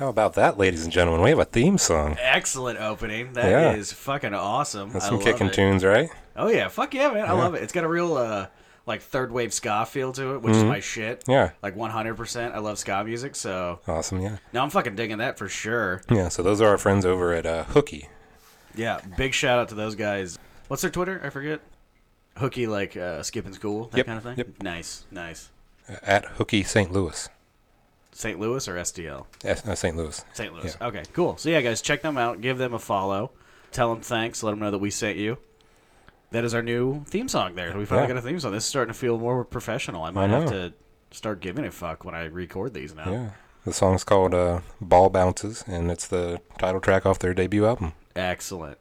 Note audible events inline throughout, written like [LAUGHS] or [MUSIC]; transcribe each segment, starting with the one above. about that, ladies and gentlemen? We have a theme song. Excellent opening. That is Yeah. fucking awesome. That's I some love kicking it. tunes, right? Oh yeah, fuck yeah, man. I love it. It's got a real uh like third wave ska feel to it, which is my shit. Mm-hmm. Yeah. Like 100%. I love ska music, so Awesome, yeah. no, I'm fucking digging that for sure. Yeah, so those are our friends over at uh, Hooky. Yeah, big shout out to those guys. What's their Twitter? I forget. Hooky like uh skipping school, that Yep, kind of thing. yep. Nice, nice. At Hooky St. Louis. St. Louis or STL? Yes, uh, St. Louis. St. Louis. Yeah. Okay, cool. So yeah, guys, check them out. Give them a follow. Tell them thanks. Let them know that we sent you. That is our new theme song. There, we finally Yeah. got a theme song. This is starting to feel more professional. I might know. have to start giving a fuck when I record these now. Yeah. The song's called uh, Ball Bounces, and it's the title track off their debut album. Excellent.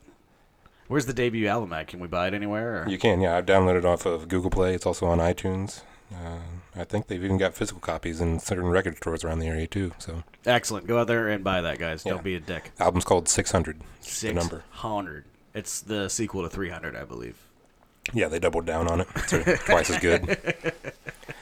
Where's the debut album at? Can we buy it anywhere? Or? You can, yeah. I've downloaded it off of Google Play. It's also on iTunes. Uh, I think they've even got physical copies in certain record stores around the area, too. So, Excellent. Go out there and buy that, guys. Yeah. Don't be a dick. album's called 600. It's the Six number. hundred. It's the sequel to three hundred, I believe. Yeah, they doubled down on it. It's twice as good.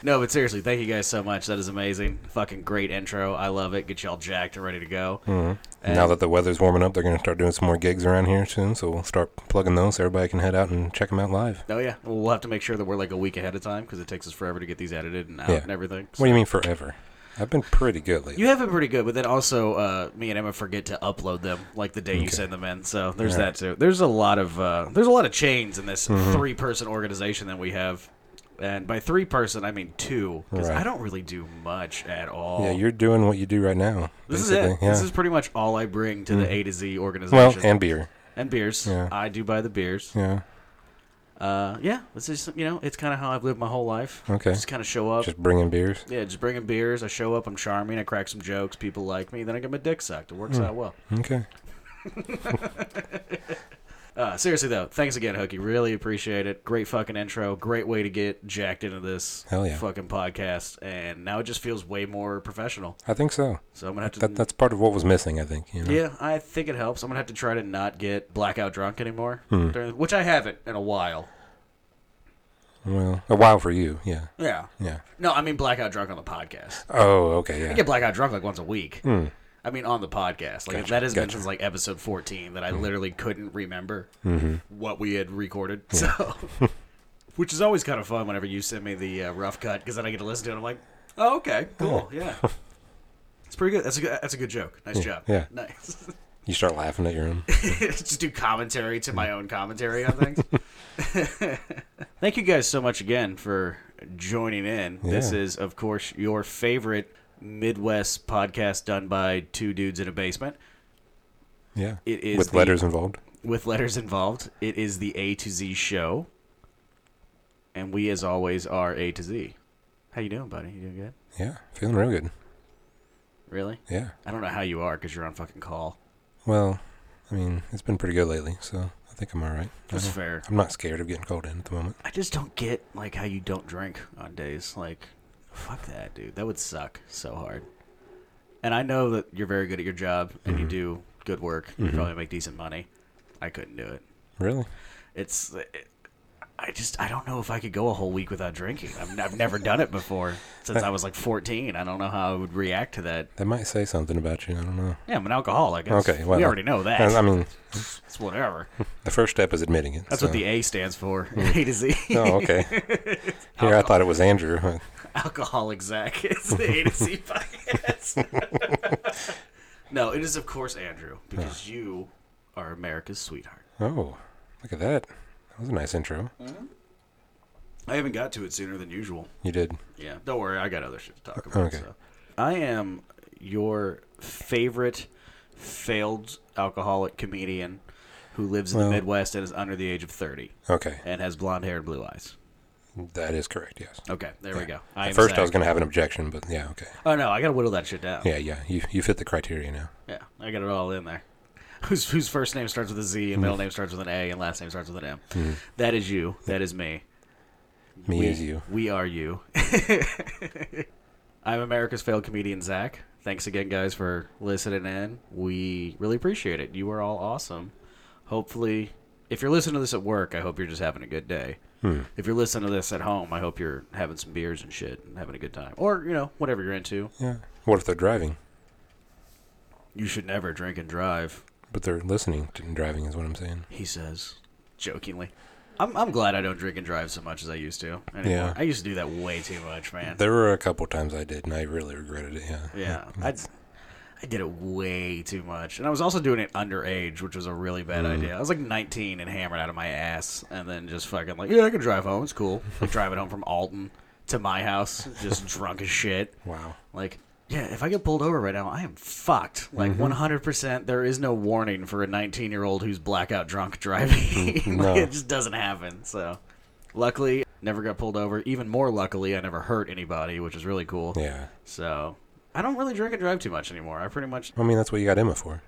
No, but seriously, thank you guys so much. That is amazing. Fucking great intro. I love it. Get y'all jacked and ready to go. And- now that the weather's warming up, they're going to start doing some more gigs around here soon. So we'll start plugging those. So everybody can head out and check them out live. Oh yeah, well, we'll have to make sure that we're like a week ahead of time because it takes us forever to get these edited and out Yeah. and everything. What do you mean forever? I've been pretty good lately. you have been pretty good, but then also uh, me and Emma forget to upload them like the day you send them in. So there's that too. There's a lot of uh, there's a lot of chains in this Mm-hmm. three person organization that we have, and by three person I mean two because Right. I don't really do much at all. yeah, you're doing what you do right now. this is basically. it. Yeah. Mm. This is pretty much all I bring to the A to Z organization. well, and beer. And beers. Yeah. I do buy the beers. Yeah. Uh, yeah, this is you know it's kind of how I've lived my whole life. Okay. just kind of show up, Just bringing beers. Yeah, just bringing beers. I show up. I'm charming. I crack some jokes. People like me. Then I get my dick sucked. It Hmm. works out well. Okay. Uh, seriously though, thanks again, Hookie. Really appreciate it. Great fucking intro. Great way to get jacked into this Hell yeah. fucking podcast. And now it just feels way more professional. I think so. So I'm gonna have to. That, that's part of what was missing, I think. You know? yeah, I think it helps. I'm gonna have to try to not get blackout drunk anymore, Hmm. during, which I haven't in a while. Well, a while for you. Yeah. Yeah. Yeah. No, I mean blackout drunk on the podcast. Oh, okay. Yeah. Hmm. I get blackout drunk like once a week. I mean, on the podcast, like that has been since like episode fourteen that I Hmm. literally couldn't remember Mm-hmm. what we had recorded. Hmm. So, [LAUGHS] which is always kind of fun whenever you send me the uh, rough cut because then I get to listen to it. I'm like, oh, okay, cool, yeah. It's pretty good. That's a good. That's a good joke. Nice job. yeah. Nice. [LAUGHS] You start laughing at your own. Just do commentary to my own commentary on things. [LAUGHS] [LAUGHS] Thank you guys so much again for joining in. This Yeah. is, of course, your favorite Midwest podcast done by two dudes in a basement Yeah. It is With the- letters involved. with letters involved. It is the A to Z show, and we, as always, are A to Z. How you doing, buddy? You doing good? Yeah. Feeling real good. Really? Yeah. I don't know how you are because you're on fucking call. Well, I mean, it's been pretty good lately, so I think I'm all right. I That's don't- fair. I'm not scared of getting called in at the moment. I just don't get like how you don't drink on days like fuck that dude. That would suck so hard. And I know that you're very good at your job and Mm-hmm. you do good work. You probably make decent money. I couldn't do it. Really? It's it, I just I don't know if I could go a whole week without drinking. I've, I've never done it before since I was like 14. I don't know how I would react to that. That might say something about you. I don't know. Yeah, I'm an alcoholic. It's- Okay, well, we already know that. I, I mean, it's whatever. the first step is admitting it. That's so- what the A stands for. A to Z. Oh, [LAUGHS] okay. Here, I thought it was Andrew. huh? Alcoholic Zach. It's the A to [LAUGHS] Z podcast. no, it is of course Andrew because you are America's sweetheart. Oh, look at that. That was a nice intro. I haven't got to it sooner than usual. You did. Yeah, don't worry, I got other shit to talk about. Okay. So. I am your favorite failed alcoholic comedian who lives in Well- the Midwest and is under the age of thirty Okay. and has blonde hair and blue eyes. That is correct, yes. Okay, there we go. I At am first, I Zach. was going to have an objection, but yeah, okay. Oh no, I gotta whittle that shit down. Yeah, yeah. You, you fit the criteria now. Yeah, I got it all in there. [LAUGHS] Whose whose first name starts with a Z and middle name starts with an A and last name starts with an M. That is you. That is me. Me we, is you. We are you. [LAUGHS] I'm America's failed comedian Zach. Thanks again, guys, for listening in. We really appreciate it. You are all awesome. Hopefully, if you're listening to this at work, I hope you're just having a good day. If you're listening to this at home, I hope you're having some beers and shit and having a good time, or you know whatever you're into. Yeah. What if they're driving? You should never drink and drive, But they're listening to and driving, is what I'm saying. he says, jokingly. I'm, I'm glad I don't drink and drive so much as I used to. Anymore. Yeah. I used to do that way too much, man. There were a couple times I did, and I really regretted it. Yeah. yeah. I, I did it way too much. And I was also doing it underage, which was a really bad idea. I was like 19 and hammered out of my ass. And then just fucking like, yeah, I can drive home. It's cool. Like driving home from Alton to my house, just [LAUGHS] drunk as shit. Wow. Like, yeah, if I get pulled over right now, I am fucked. Like, Mm-hmm. 100%, there is no warning for a 19 year old who's blackout drunk [LAUGHS] driving. like, Mm-hmm. No. It just doesn't happen. So, luckily, never got pulled over. Even more luckily, I never hurt anybody, which is really cool. Yeah. So, I don't really drink and drive too much anymore. I pretty much. I mean, that's what you got Emma for.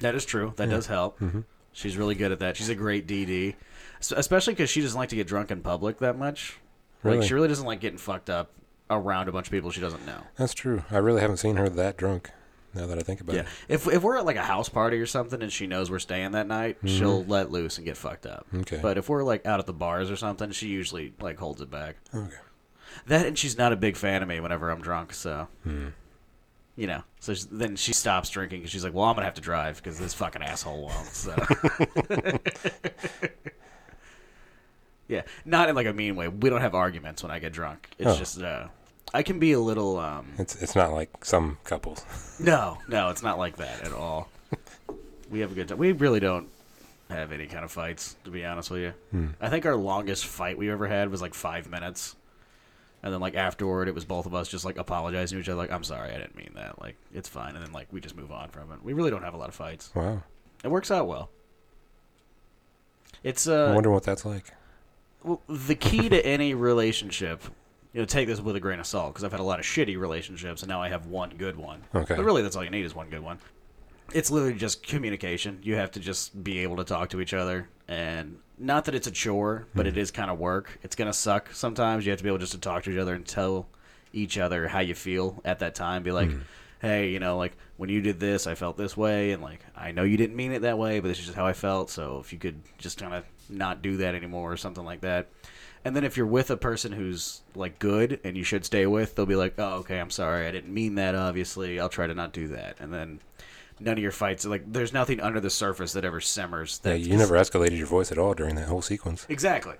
That is true. That does help. Mm-hmm. She's really good at that. She's a great DD, S especially because she doesn't like to get drunk in public that much. Like, Really? she really doesn't like getting fucked up around a bunch of people she doesn't know. That's true. I really haven't seen her that drunk. Now that I think about Yeah. it. If if we're at like a house party or something and she knows we're staying that night, she'll let loose and get fucked up. Mm-hmm. Okay. But if we're like out at the bars or something, she usually like holds it back. Okay. That and she's not a big fan of me whenever I'm drunk, so. Hmm. You know, so she, then she stops drinking because she's like, "Well, I'm gonna have to drive because this fucking asshole [LAUGHS] won't." So, [LAUGHS] yeah, not in like a mean way. We don't have arguments when I get drunk. It's Oh. just uh, I can be a little um, It's it's not like some couples. [LAUGHS] no, no, it's not like that at all. [LAUGHS] we have a good time. We really don't have any kind of fights, to be honest with you. Hmm. I think our longest fight we ever had was like five minutes. And then like afterward, it was both of us just like apologizing to each other, like "I'm sorry, I didn't mean that. Like it's fine." And then like we just move on from it. We really don't have a lot of fights. Wow. It works out well. It's I uh, wonder what that's like. well, the key to [LAUGHS] any relationship, you know, take this with a grain of salt because I've had a lot of shitty relationships and now I have one good one. Okay. But really, that's all you need is one good one. It's literally just communication. You have to just be able to talk to each other. And not that it's a chore, but it is kind of work. It's going to suck sometimes. You have to be able just to talk to each other and tell each other how you feel at that time. Be like, hey, you know, like when you did this, I felt this way. And like, I know you didn't mean it that way, but this is just how I felt. So if you could just kind of not do that anymore or something like that. And then if you're with a person who's like good and you should stay with, they'll be like, "Oh, okay, I'm sorry, I didn't mean that. Obviously, I'll try to not do that." And then none of your fights, like, there's nothing under the surface that ever simmers. Yeah, That you never escalated your voice at all during that whole sequence. exactly.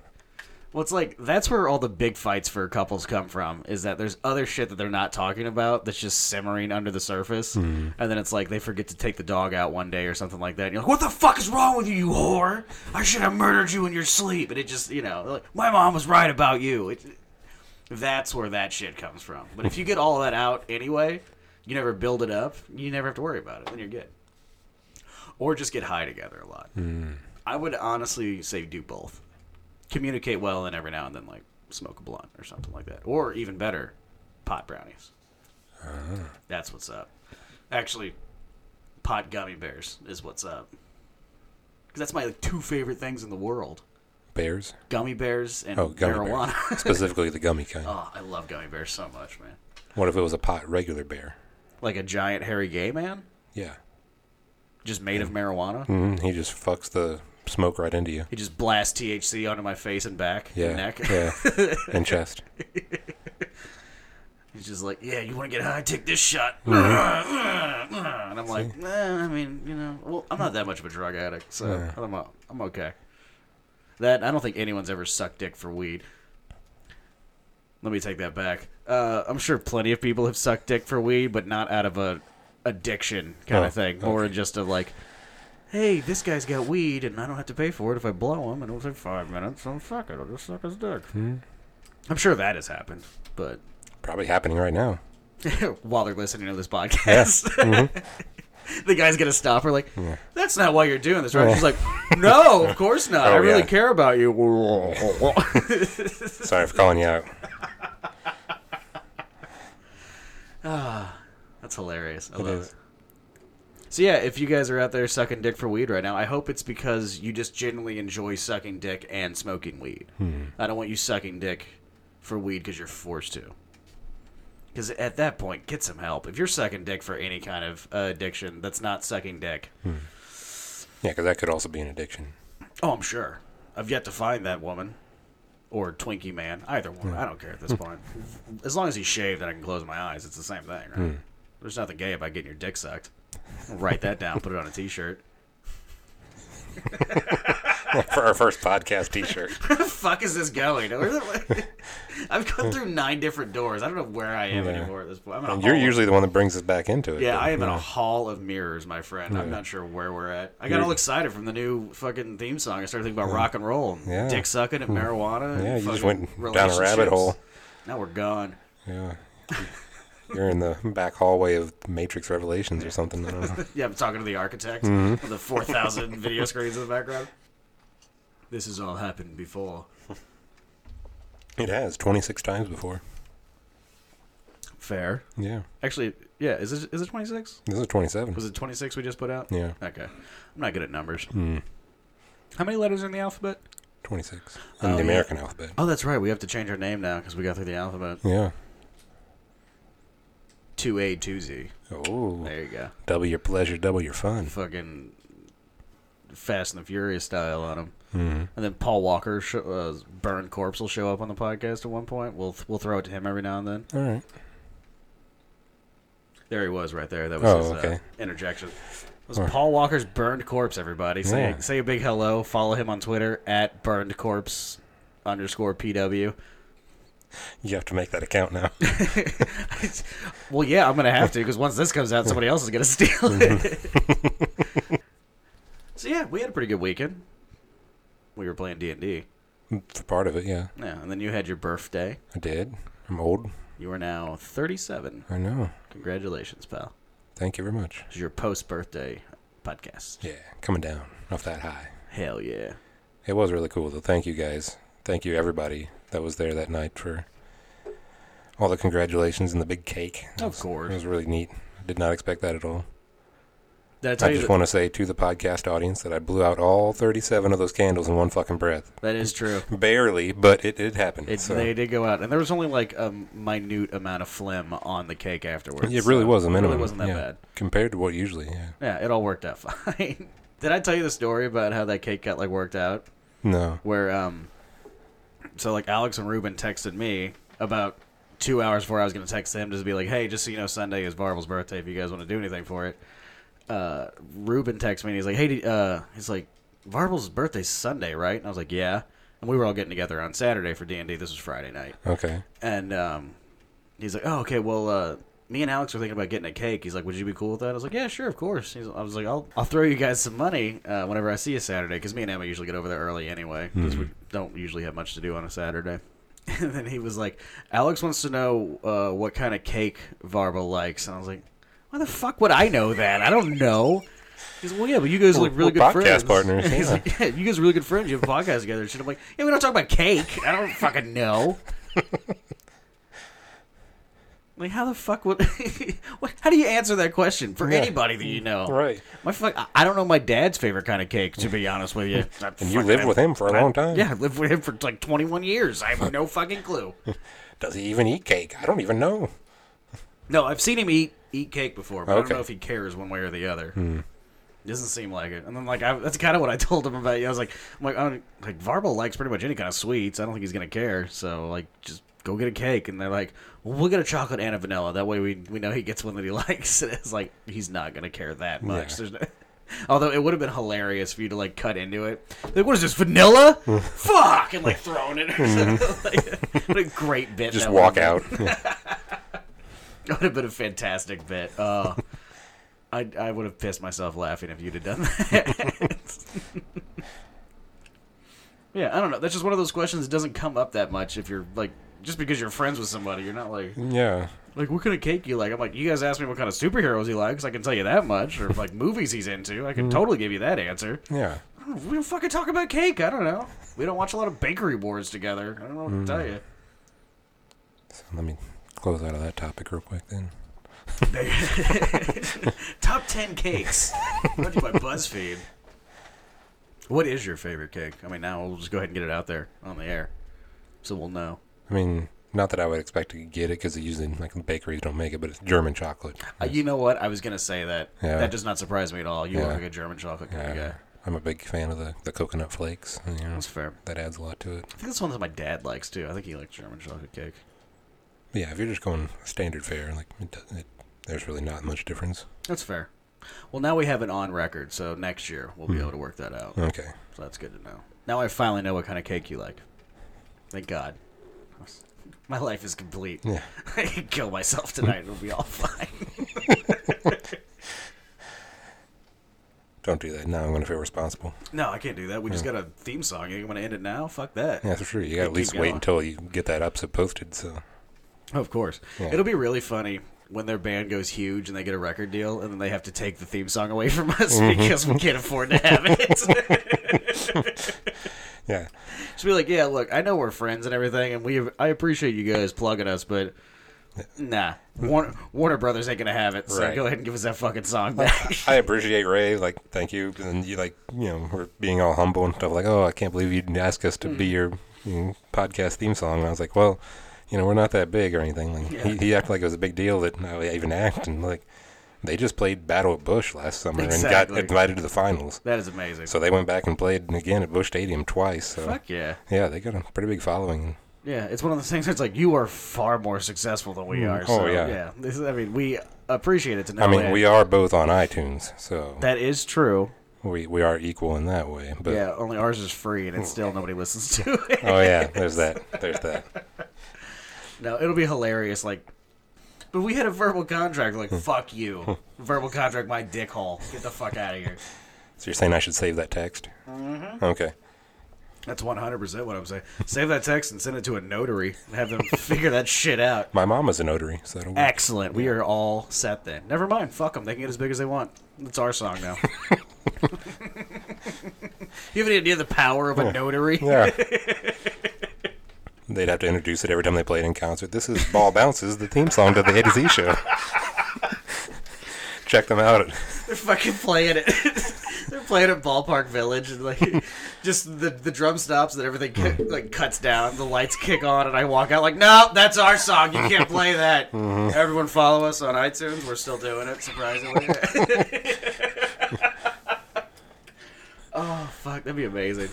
Well, it's like that's where all the big fights for couples come from. Is that there's other shit that they're not talking about that's just simmering under the surface, and then it's like they forget to take the dog out one day or something like that. And you're like, "What the fuck is wrong with you, you whore? I should have murdered you in your sleep." And it just, you know, like my mom was right about you. It, that's where that shit comes from. But if you get all that out anyway, you never build it up. You never have to worry about it. Then you're good. Or just get high together a lot. I would honestly say do both. Communicate well, and every now and then, like smoke a blunt or something like that, or even better, pot brownies. Uh-huh. That's what's up. Actually, pot gummy bears is what's up. 'Cause that's my like, two favorite things in the world: Bears? gummy bears and Oh, gummy marijuana. [LAUGHS] bears. Specifically the gummy kind. oh, I love gummy bears so much, man. What if it was a pot regular bear? Like a giant hairy gay man, Yeah. just made of marijuana. Mm, he just fucks the smoke right into you. He just blasts THC onto my face and back, Yeah. [LAUGHS] and neck. [LAUGHS] Yeah. and chest. He's just like, yeah, you want to get high? Take this shot. [LAUGHS] And I'm like, nah, I mean, you know, well, I'm not that much of a drug addict, so I'm, o- I'm okay. That I don't think anyone's ever sucked dick for weed. Let me take that back. Uh, I'm sure plenty of people have sucked dick for weed, but not out of a addiction kind Oh, of thing, more just of like, hey, this guy's got weed, and I don't have to pay for it if I blow him, and it'll take five minutes, so fuck it, I'll just suck his dick. I'm sure that has happened, but Probably happening right now. [LAUGHS] while they're listening to this podcast. [LAUGHS] the guy's gonna stop her like, "That's not why you're doing this, right?" She's like, "No, of course not. I Oh, really yeah. care about you." [LAUGHS] Mm-hmm. [LAUGHS] Sorry for calling you out. That's hilarious. I love is. it. So yeah, if you guys are out there sucking dick for weed right now, I hope it's because you just genuinely enjoy sucking dick and smoking weed. Hmm. I don't want you sucking dick for weed because you're forced to. Because at that point, get some help. If you're sucking dick for any kind of uh, addiction, that's not sucking dick. Yeah, because that could also be an addiction. [LAUGHS] Oh, I'm sure. I've yet to find that woman or Twinkie man. Either one. I don't [LAUGHS] care at this point. Hmm. As long as he's shaved and I can close my eyes, it's the same thing, right? There's nothing gay about getting your dick sucked. Write that down. Put it on a T-shirt. [LAUGHS] for our first podcast [LAUGHS] T-shirt. Where the fuck is this going? [LAUGHS] Where the- I've gone through nine different doors. I don't know where I am Yeah. anymore at this point. I'm in a And hall you're of- usually the one that brings us back into it. yeah, but, I am in you a know, hall of mirrors, my friend. I'm not sure where we're at. I got all excited from the new fucking theme song. I started thinking about rock and roll, and Yeah. Hmm. dick sucking, and marijuana. and Yeah, you just fucking went down a rabbit relationships. hole. Now we're gone. [LAUGHS] Yeah. You're in the back hallway of Matrix Revelations or something. I [LAUGHS] don't know. Yeah, I'm talking to the architect Mm-hmm. with the 4,000 [LAUGHS] video screens in the background. This has all happened before. It has 26 times before. Fair. Yeah. Actually, yeah. Is it is it 26? This is 27. Was it 26 we just put out? Yeah. Hmm. Okay. I'm not good at numbers. How many letters are in the alphabet? 26. Oh, In yeah. the American alphabet. Oh, that's right. We have to change our name now because we got through the alphabet. Yeah. 2A, 2Z. Oh. There you go. Double your pleasure, double your fun. Fucking Fast and the Furious style on him. Mm-hmm. And then Paul Walker, sh- uh, burned corpse, will show up on the podcast at one point. We'll we'll throw it to him every now and then. All right. There he was, right there. That was Oh, his uh, okay. interjection. It was Paul Walker's burned corpse. Everybody, say Yeah. say a big hello. Follow him on Twitter at burned corpse underscore pw. You have to make that account [LAUGHS] now. Well, yeah, I'm gonna have to because once this comes out, somebody else is gonna [LAUGHS] steal it. [LAUGHS] so yeah, we had a pretty good weekend. We were playing D and D. For part of it, yeah. Yeah, and then you had your birthday. I did. I'm old. You are now 37. I know. Congratulations, pal. Thank you very much. This is your post birthday podcast. Yeah. Coming down off that high. Hell yeah. It was really cool, though. Thank you guys. Thank you, everybody that was there that night for all the congratulations and the big cake. It Of was- course. It was really neat. I did not expect that at all. Did I tell I you just that- want to say to the podcast audience that I blew out all 37 of those candles in one fucking breath. that is true. Barely, but it, it happened. It, so. They did go out, and there was only like a minute amount of phlegm on the cake afterwards. it really so was a minimum. It really wasn't that yeah. bad. Compared to what usually, yeah. Yeah, it all worked out [LAUGHS] fine. did I tell you the story about how that cake got like worked out? No. where um so like Alex and Ruben texted me about two hours before I was gonna text them just to be like, Hey, just so you know Sunday is Barbel's birthday if you guys want to do anything for it. Uh Ruben texts me and he's like, Hey did- uh he's like, Barbel's birthday's Sunday, right? And I was like, Yeah. And we were all getting together on Saturday for D and D, this was Friday night. Okay. And um, he's like, "Oh, okay. Well, uh, me and Alex are thinking about getting a cake." He's like, "Would you be cool with that?" I was like, "Yeah, sure, of course." He's, I was like, "I'll I'll throw you guys some money uh, whenever I see you Saturday, because me and Emma usually get over there early anyway, because Hmm. we don't usually have much to do on a Saturday." [LAUGHS] And then he was like, "Alex wants to know uh, what kind of cake Varba likes," and I was like, "Why the fuck would I know that? I don't know." He's like, well, yeah, but you guys are like really we're good podcast friends. partners, [LAUGHS] He's yeah. like, yeah, you guys are really good friends. You have a podcast together. And shit. I'm like, yeah, we don't talk about cake. I don't fucking know. Like how the fuck would? [LAUGHS] what, how do you answer that question for Yeah. anybody that you know? Right. My fuck, I- I don't know my dad's favorite kind of cake. To be honest with you, [LAUGHS] And you lived with him for a long time. Yeah, I lived with him for like 21 years. I have no fucking clue. Does he even eat cake? I don't even know. No, I've seen him eat eat cake before, but I don't Okay. Hmm. know if he cares one way or the other. Doesn't seem like it. And then like I, that's kind of what I [LAUGHS] told him about you. I was like, I'm like, I don't, like Varble likes pretty much any kind of sweets. I don't think he's gonna care. So like, just go get a cake. And they're like, well, we'll get a chocolate and a vanilla. That way we we know he gets one that he [LAUGHS] likes. And it's like he's not gonna care that much. Yeah. There's no. [LAUGHS] Although it would have been hilarious for you to like cut into it. Like, what is this [LAUGHS] vanilla? Fuck, and like throwing it. Or something. [LAUGHS] Like, what a great Mm-hmm. bit. Just that walk would've been. out. [LAUGHS] [LAUGHS] That would have been a fantastic bit. Oh, I, I would have pissed myself laughing if you'd have done that. [LAUGHS] yeah, I don't know. That's just one of those questions that doesn't come up that much if you're like, just because you're friends with somebody, you're not like, yeah. like what kind of cake you like? I'm like, you guys asked me what kind of superheroes he likes. I can tell you that much. Or like movies he's into. I can totally give you that answer. Yeah. I don't know, we don't fucking talk about cake. I don't know. We don't watch a lot of bakery wars together. I don't know what to tell you. So let me close out of that topic real quick then. [LAUGHS] Top 10 cakes. Brought to you by BuzzFeed. What is your favorite cake? I mean, now we'll just go ahead and get it out there on the air. So we'll know. I mean, not that I would expect to get it because usually like bakeries don't make it, but it's German chocolate. Uh, you know what? I was going to say that. Yeah. That does not surprise me at all. You Yeah. look like a German chocolate kind of Yeah. guy. I'm a big fan of the, the coconut flakes. You know, That's fair. that adds a lot to it. I think that's one that my dad likes, too. I think he likes German chocolate cake. But yeah, if you're just going standard fare, like it, do- it, there's really not much difference. That's fair. Well, now we have it on record, so next year we'll be Hmm. able to work that out. Okay. So that's good to know. Now I finally know what kind of cake you like. Thank God. [LAUGHS] My life is complete. Yeah. I can [LAUGHS] kill myself tonight. It'll be all fine. [LAUGHS] Don't do that. Now I'm going to feel responsible. No, I can't do that. We just got a theme song. You want to end it now? Fuck that. Yeah, for sure. You got to at Keep least wait going. until you get that episode posted. So, Of course. Yeah. It'll be really funny when their band goes huge and they get a record deal and then they have to take the theme song away from [LAUGHS] us Mm-hmm. because we can't afford to have it. [LAUGHS] yeah. Just be like, yeah, look, I know we're friends and everything, and we I appreciate you guys plugging us, but nah, Warner, Warner Brothers ain't gonna have it. So Right. go ahead and give us that [LAUGHS] fucking song back. [LAUGHS] I appreciate Ray. Like, thank you. And you, like, you know, we're being all humble and stuff. Like, oh, I can't believe you'd ask us to be Mm. your you know, podcast theme song. And I was like, well, you know, we're not that big or anything. Like, he, he acted like it was a big deal that I even act. And, like, they just played Battle at Bush last summer Exactly. and got invited to the finals. that is amazing. So they went back and played again at Bush Stadium twice. So, Fuck yeah. yeah, they got a pretty big following. Yeah, it's one of those things where it's like you are far more successful than we are. Oh, so, yeah. yeah. This is, I mean, we appreciate it to no I mean, end. we are both on iTunes, so That is true. we, we are equal in that way. But Yeah, only ours is free, and it's still nobody listens to it. [LAUGHS] oh yeah, there's that, there's that. No, it'll be hilarious. Like, but we had a verbal contract. Like, fuck [LAUGHS] you, verbal contract, my dick hole. Get the fuck out of here. So you're saying I should save that text? Mm-hmm. Okay. That's one hundred percent what I'm saying. Save that text and send it to a notary and have them [LAUGHS] figure that shit out. My mom is a notary, so that'll work. Excellent. We are all set then. Never mind. Fuck them. They can get as big as they want. It's our song now. [LAUGHS] you have any idea the power of a notary? Yeah. [LAUGHS] They'd have to introduce it every time they play it in concert. This is Ball Bounces, the theme song to the A to Z show. [LAUGHS] Check them out. at- They're fucking playing it. [LAUGHS] They're playing at Ballpark Village, and like, just the the drum stops and everything ki- like cuts down. The lights kick on, and I walk out like, no, that's our song. You can't play that. Everyone follow us on iTunes. We're still doing it. Surprisingly. [LAUGHS] oh fuck, that'd be amazing.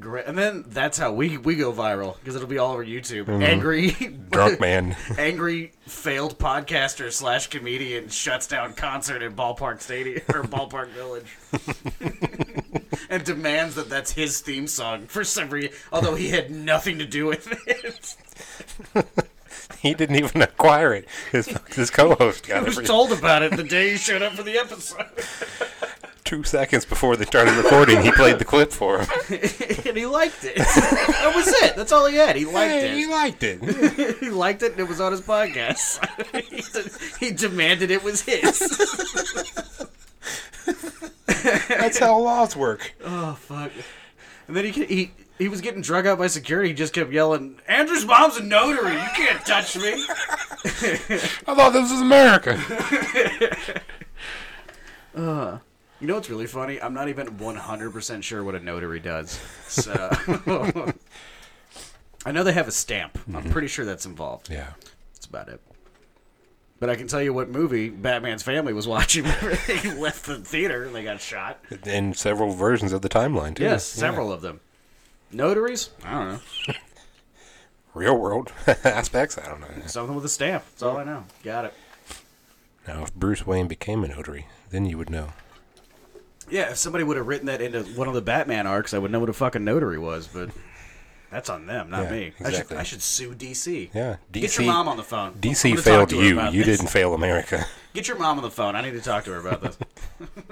Great, and then that's how we we go viral because it'll be all over YouTube. Angry [LAUGHS] Drunk man. [LAUGHS] angry failed podcaster slash comedian shuts down concert in ballpark stadium or ballpark village [LAUGHS] and demands that that's his theme song for some reason although he had nothing to do with it [LAUGHS] He didn't even acquire it. His, his co-host i got it was for told about it the day he showed up for the episode two seconds before they started recording. He played the clip for him. [LAUGHS] and he liked it [LAUGHS] that was it that's all he had he liked [LAUGHS] Hey, he it liked it. [LAUGHS] he liked it and it was on his podcast [LAUGHS] he, de- he demanded it was his That's how laws work. Oh fuck! And then he ca- he he was getting drug out by security. He just kept yelling, "Andrew's mom's a notary. You can't touch me." I thought this was America. [LAUGHS] You know what's really funny? I'm not even 100 percent sure what a notary does. So [LAUGHS] I know they have a stamp. I'm pretty sure that's involved. Yeah. That's about it. But I can tell you what movie Batman's family was [LAUGHS] watching. when they left the theater and they got shot. In several versions of the timeline, too. Yes, Yeah. several of them. Notaries? I don't know. Real world [LAUGHS] aspects? I don't know. Something with a stamp. That's all I know. Got it. Now, if Bruce Wayne became a notary, then you would know. Yeah, if somebody would have written that into one of the Batman arcs, I would know what a fucking notary was, but [LAUGHS] that's on them, not Yeah, me. exactly. I, should, I should sue DC. Yeah, Get DC your mom on the phone. I'm DC gonna talk failed to her you. about You this. didn't fail [LAUGHS] America. Get your mom on the phone. I need to talk to her about this.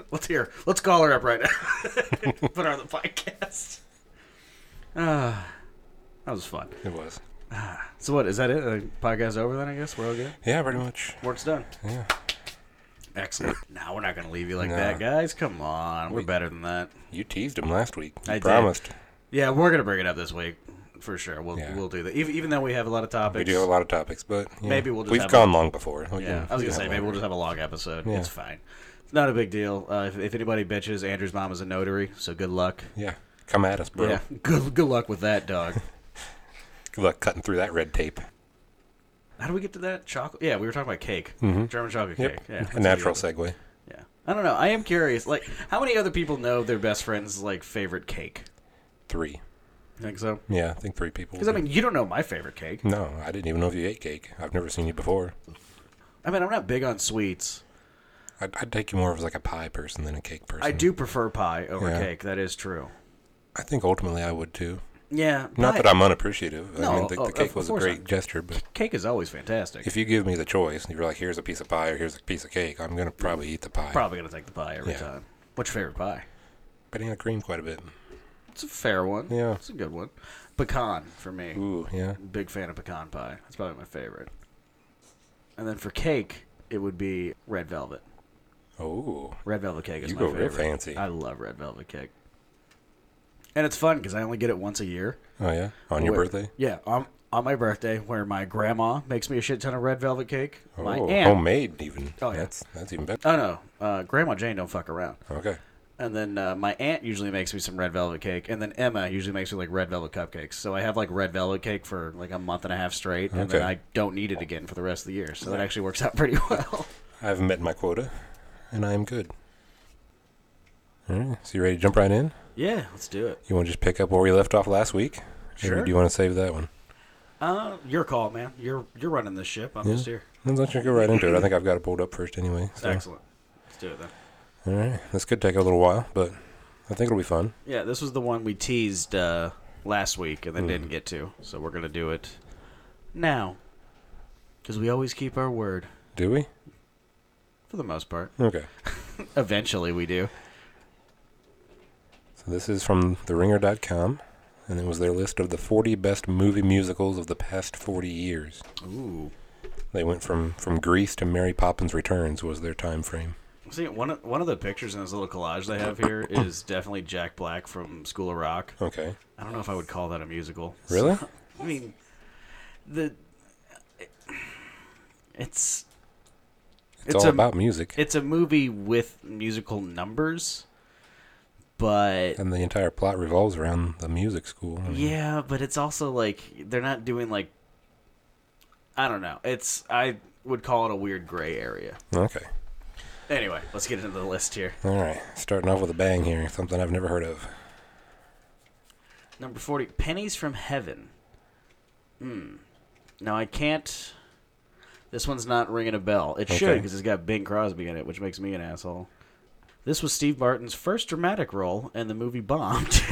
[LAUGHS] Let's hear. Let's call her up right now. [LAUGHS] Put her on the podcast. [SIGHS] Ah, that was fun. It was. So what is that? It? The podcast over then? I guess we're all good. Yeah, pretty much. Work's done. Yeah. Excellent. now we're not going to leave you like No. that, guys. Come on, we're better than that. You teased him last week. You I did. promised. Yeah, we're gonna bring it up this week for sure. We'll Yeah. we'll do that. Even, even though we have a lot of topics, We do have a lot of topics, but yeah, Maybe we'll just we've have gone long before. We yeah, can I have was gonna say maybe longer. we'll just have a long episode. Yeah. It's fine. It's not a big deal. Uh, if, if anybody bitches, Andrew's mom is a notary, so good luck. Yeah, come at us, bro. Yeah, [LAUGHS] good good luck with that, dog. Good luck cutting through that red tape. How do we get to that chocolate? Yeah, we were talking about cake, German chocolate Mm-hmm. Yep. cake. Yeah, that's a what natural we- segue. Yeah, I don't know. I am curious. Like, how many other people know their best friend's like favorite cake? Three. Think so? Yeah, I think three people. Because I mean, you don't know my favorite cake. no, I didn't even know if you ate cake. I've never seen you before. I mean, I'm not big on sweets, I'd, I'd take you more of as like a pie person than a cake person. I do prefer pie over Yeah. cake. That is true. I think ultimately I would too. Yeah. Not pie- that I'm unappreciative. No, I mean, the, oh, the cake of was a course great not. gesture, but Cake is always fantastic. if you give me the choice and you're like, here's a piece of pie or here's a piece of cake, I'm gonna probably eat the pie. Probably gonna take the pie every Yeah. time. What's your favorite pie? Banana cream quite a bit. It's a fair one. Yeah. It's a good one. Pecan for me. Ooh, yeah. Big fan of pecan pie. That's probably my favorite. And then for cake, it would be red velvet. Oh, Red velvet cake is You my go real favorite. fancy. I love red velvet cake. And it's fun because I only get it once a year. oh yeah. On your Where- birthday. Yeah, on on my birthday, where my grandma makes me a shit ton of red velvet cake. My oh, aunt. homemade even. Oh, yeah. That's that's even better. Oh no, uh, Grandma Jane don't fuck around. Okay. And then uh, my aunt usually makes me some red velvet cake, and then Emma usually makes me like red velvet cupcakes. So I have like red velvet cake for like a month and a half straight, and then Okay. I don't need it again for the rest of the year. So that actually works out [LAUGHS] pretty well. I've met my quota, and I am good. All right. So you ready to jump right in? yeah, let's do it. You want to just pick up where we left off last week? Or Sure. do you want to save that one? Uh, your call, man. You're you're running this ship. I'm just here. Let's actually go right into it. I think I've got it pulled up first anyway. So. Excellent. Let's do it then. All right. This could take a little while, but I think it'll be fun. Yeah, this was the one we teased uh, last week and then didn't get to, so we're gonna do it now, because we always keep our word Do we? for the most part. Okay. Eventually, we do. So this is from TheRinger.com, and it was their list of the 40 best movie musicals of the past 40 years. Ooh, They went from from Grease to Mary Poppins Returns was their time frame. see one of, one of the pictures in this little collage they have here is definitely Jack Black from School of Rock. Okay. I don't know if I would call that a musical. Really? I mean, the It's, it's It's all a- about music. it's a movie with musical numbers, but and the entire plot revolves around the music school. I mean, Yeah, but it's also like they're not doing like I don't know. It's I would call it a weird gray area. Okay. Anyway, let's get into the list here. All right. Starting off with a bang here, something I've never heard of. Number 40, Pennies from Heaven. Hmm. Now I can't This one's not ringing a bell. It should should Okay. because it's got Bing Crosby in it, which makes me an asshole. This was Steve Martin's first dramatic role, and the movie bombed.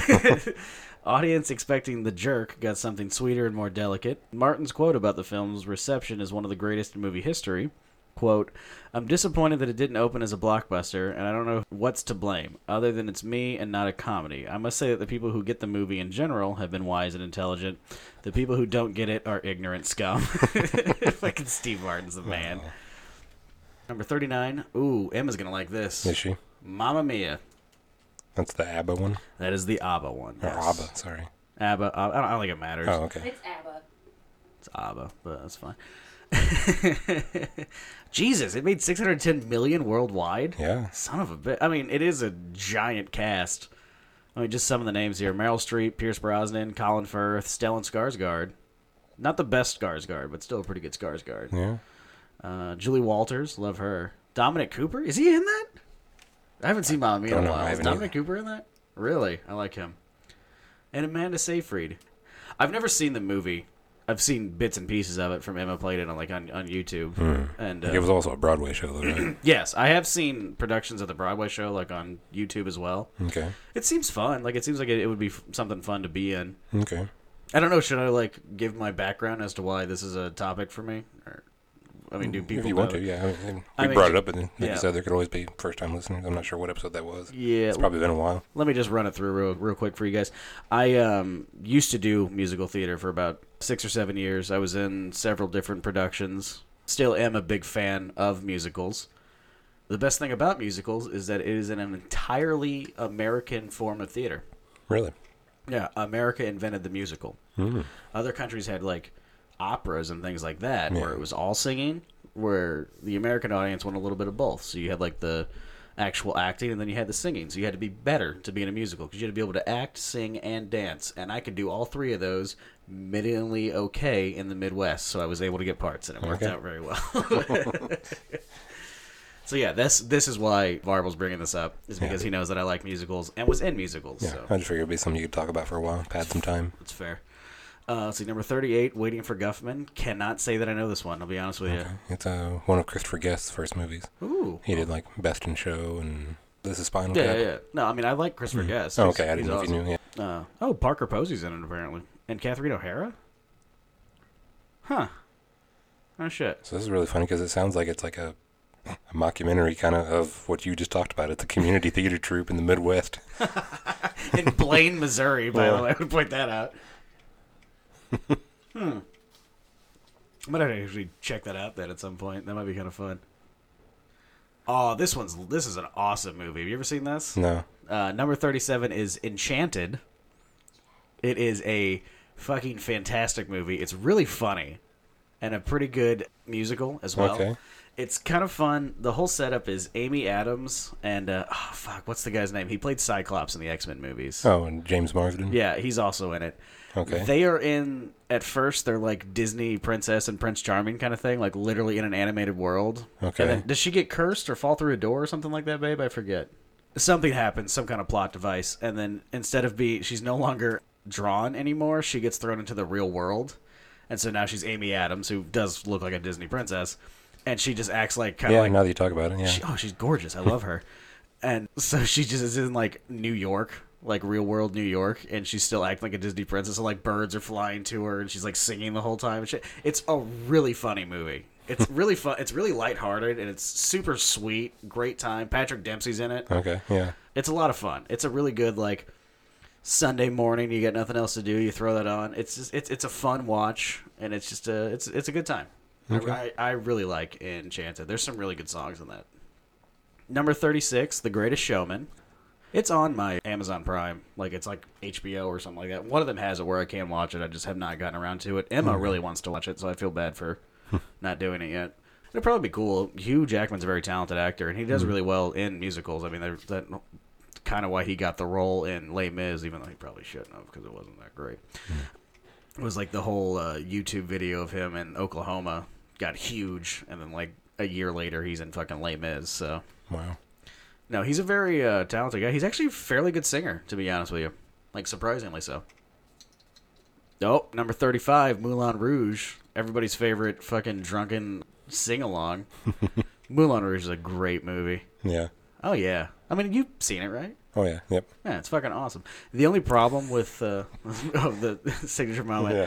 [LAUGHS] Audience expecting The Jerk got something sweeter and more delicate. Martin's quote about the film's reception is one of the greatest in movie history. Quote, I'm disappointed that it didn't open as a blockbuster, and I don't know what's to blame, other than it's me and not a comedy. I must say that the people who get the movie in general have been wise and intelligent. The people who don't get it are ignorant scum. [LAUGHS] Fucking Steve Martin's the man. Number 39. Ooh, Emma's going to like this. Is she? Mamma Mia. That's the ABBA one? That is the ABBA one. Or yes. ABBA, sorry. ABBA. Ab- I, don't, I don't think it matters. Oh, okay. It's ABBA. It's ABBA, but that's fine. [LAUGHS] Jesus, it made 610 million worldwide? Yeah. Son of a bitch. I mean, it is a giant cast. I mean, just some of the names here Meryl Streep, Pierce Brosnan, Colin Firth, Stellan Skarsgård. Not the best Skarsgård, but still a pretty good Skarsgård. Yeah. Uh, Julie Walters, love her. Dominic Cooper, is he in that? I haven't seen Mamma Mia Don't in a know, I while. Is haven't Dominic Cooper in that? Really, I like him. And Amanda Seyfried. I've never seen the movie. I've seen bits and pieces of it from Emma played it on like on, on YouTube. And uh, Hmm. It was also a Broadway show, though, [CLEARS THROAT] right? yes, I have seen productions of the Broadway show like on YouTube as well. okay. It seems fun. Like it seems like it, it would be f- something fun to be in. Okay. I don't know. Should I like give my background as to why this is a topic for me? Or, I mean, do people Mm, if you know want it? to, yeah. I mean, we I mean, brought it up, and like yeah. you said, there could always be first time listeners. I'm not sure what episode that was. Yeah, It's probably been a while. let me just run it through real, real quick for you guys. I um, used to do musical theater for about six or seven years. I was in several different productions. Still am a big fan of musicals. The best thing about musicals is that it is an entirely American form of theater. Really? Yeah, America invented the musical. Hmm. Other countries had like operas and things like that, where it was all singing. Where the American audience went a little bit of both. So you had like the actual acting, and then you had the singing. So you had to be better to be in a musical because you had to be able to act, sing, and dance. And I could do all three of those middlingly okay in the Midwest. So I was able to get parts, and it worked Okay. out very well. [LAUGHS] [LAUGHS] so yeah, this this is why Varble's bringing this up is because he knows that I like musicals and was in musicals. Yeah. So I just figured it'd be something you could talk about for a while, pad some time. that's fair. Uh, let's see, number 38, Waiting for Guffman. Cannot say that I know this one, I'll be honest with It's uh, one of Christopher Guest's first movies. you. Ooh. He did like Best in Show and This Is Spinal Yeah, Tap. yeah, yeah. No, I mean, I like Christopher Guest. Oh, He's- okay, I didn't he's know if you awesome. knew. Yeah. Uh, oh, Parker Posey's in it, apparently. And Catherine O'Hara? Huh. [LAUGHS] Oh, shit. So this is really funny because it sounds like it's like a, a mockumentary kind of of what you just talked about. It's a community theater troupe in the Midwest. In Blaine, Missouri, by Yeah. the way. I would point that out. hmm. I might actually check that out then at some point. That might be kind of fun. Oh, this one's this is an awesome movie. Have you ever seen this? No. Uh, number 37 is Enchanted. It is a fucking fantastic movie. It's really funny and a pretty good musical as well. Okay. It's kind of fun. The whole setup is Amy Adams and, uh, oh, fuck, what's the guy's name? He played Cyclops in the X Men movies. Oh, and James Marsden. Yeah, he's also in it. Okay. They are in at first they're like Disney princess and Prince Charming kind of thing, like literally in an animated world. Okay. And then does she get cursed or fall through a door or something like that, babe? I forget. Something happens, some kind of plot device, and then instead of be she's no longer drawn anymore, she gets thrown into the real world. And so now she's Amy Adams, who does look like a Disney princess, and she just acts like kind of yeah. like now that you talk about it, yeah. she, oh, she's gorgeous. I love her. And so she just is in like New York, like real world New York, and she's still acting like a Disney princess. So like birds are flying to her, and she's like singing the whole time. and shit. It's a really funny movie. It's really fun. It's really lighthearted, and it's super sweet. Great time. Patrick Dempsey's in it. Okay. Yeah. It's a lot of fun. It's a really good like Sunday morning. You got nothing else to do. You throw that on. It's just it's it's a fun watch, and it's just a it's it's a good time. I- I, I really like Enchanted. There's some really good songs in that. Number thirty six, The Greatest Showman. It's on my Amazon Prime. Like it's like HBO or something like that. One of them has it where I can watch it. I just have not gotten around to it. Emma really wants to watch it, so I feel bad for not doing it yet. It'd probably be cool. Hugh Jackman's a very talented actor, and he does really well in musicals. I mean, they're- that kind of why he got the role in Les Mis, even though he probably shouldn't have because it wasn't that great. It was like the whole uh, YouTube video of him in Oklahoma got huge, and then like a year later, he's in fucking Les Mis. So Wow. no, he's a very uh, talented guy. He's actually a fairly good singer, to be honest with you. Like, surprisingly so. Oh, number 35, Moulin Rouge. Everybody's favorite fucking drunken sing along. Moulin Rouge is a great movie. Yeah. Oh, yeah. I mean, you've seen it, right? Oh yeah. Yep. Yeah, it's fucking awesome. The only problem with uh, [LAUGHS] of the signature moment, Yeah.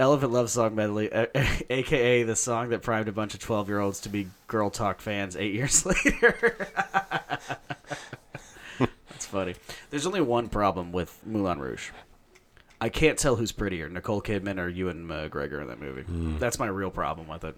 Elephant Love Song Medley, a- a- aka the song that primed a bunch of twelve year olds to be girl talk fans eight years [LAUGHS] later. That's funny. There's only one problem with Moulin Rouge. I can't tell who's prettier, Nicole Kidman or Ewan McGregor in that movie. That's my real problem with it,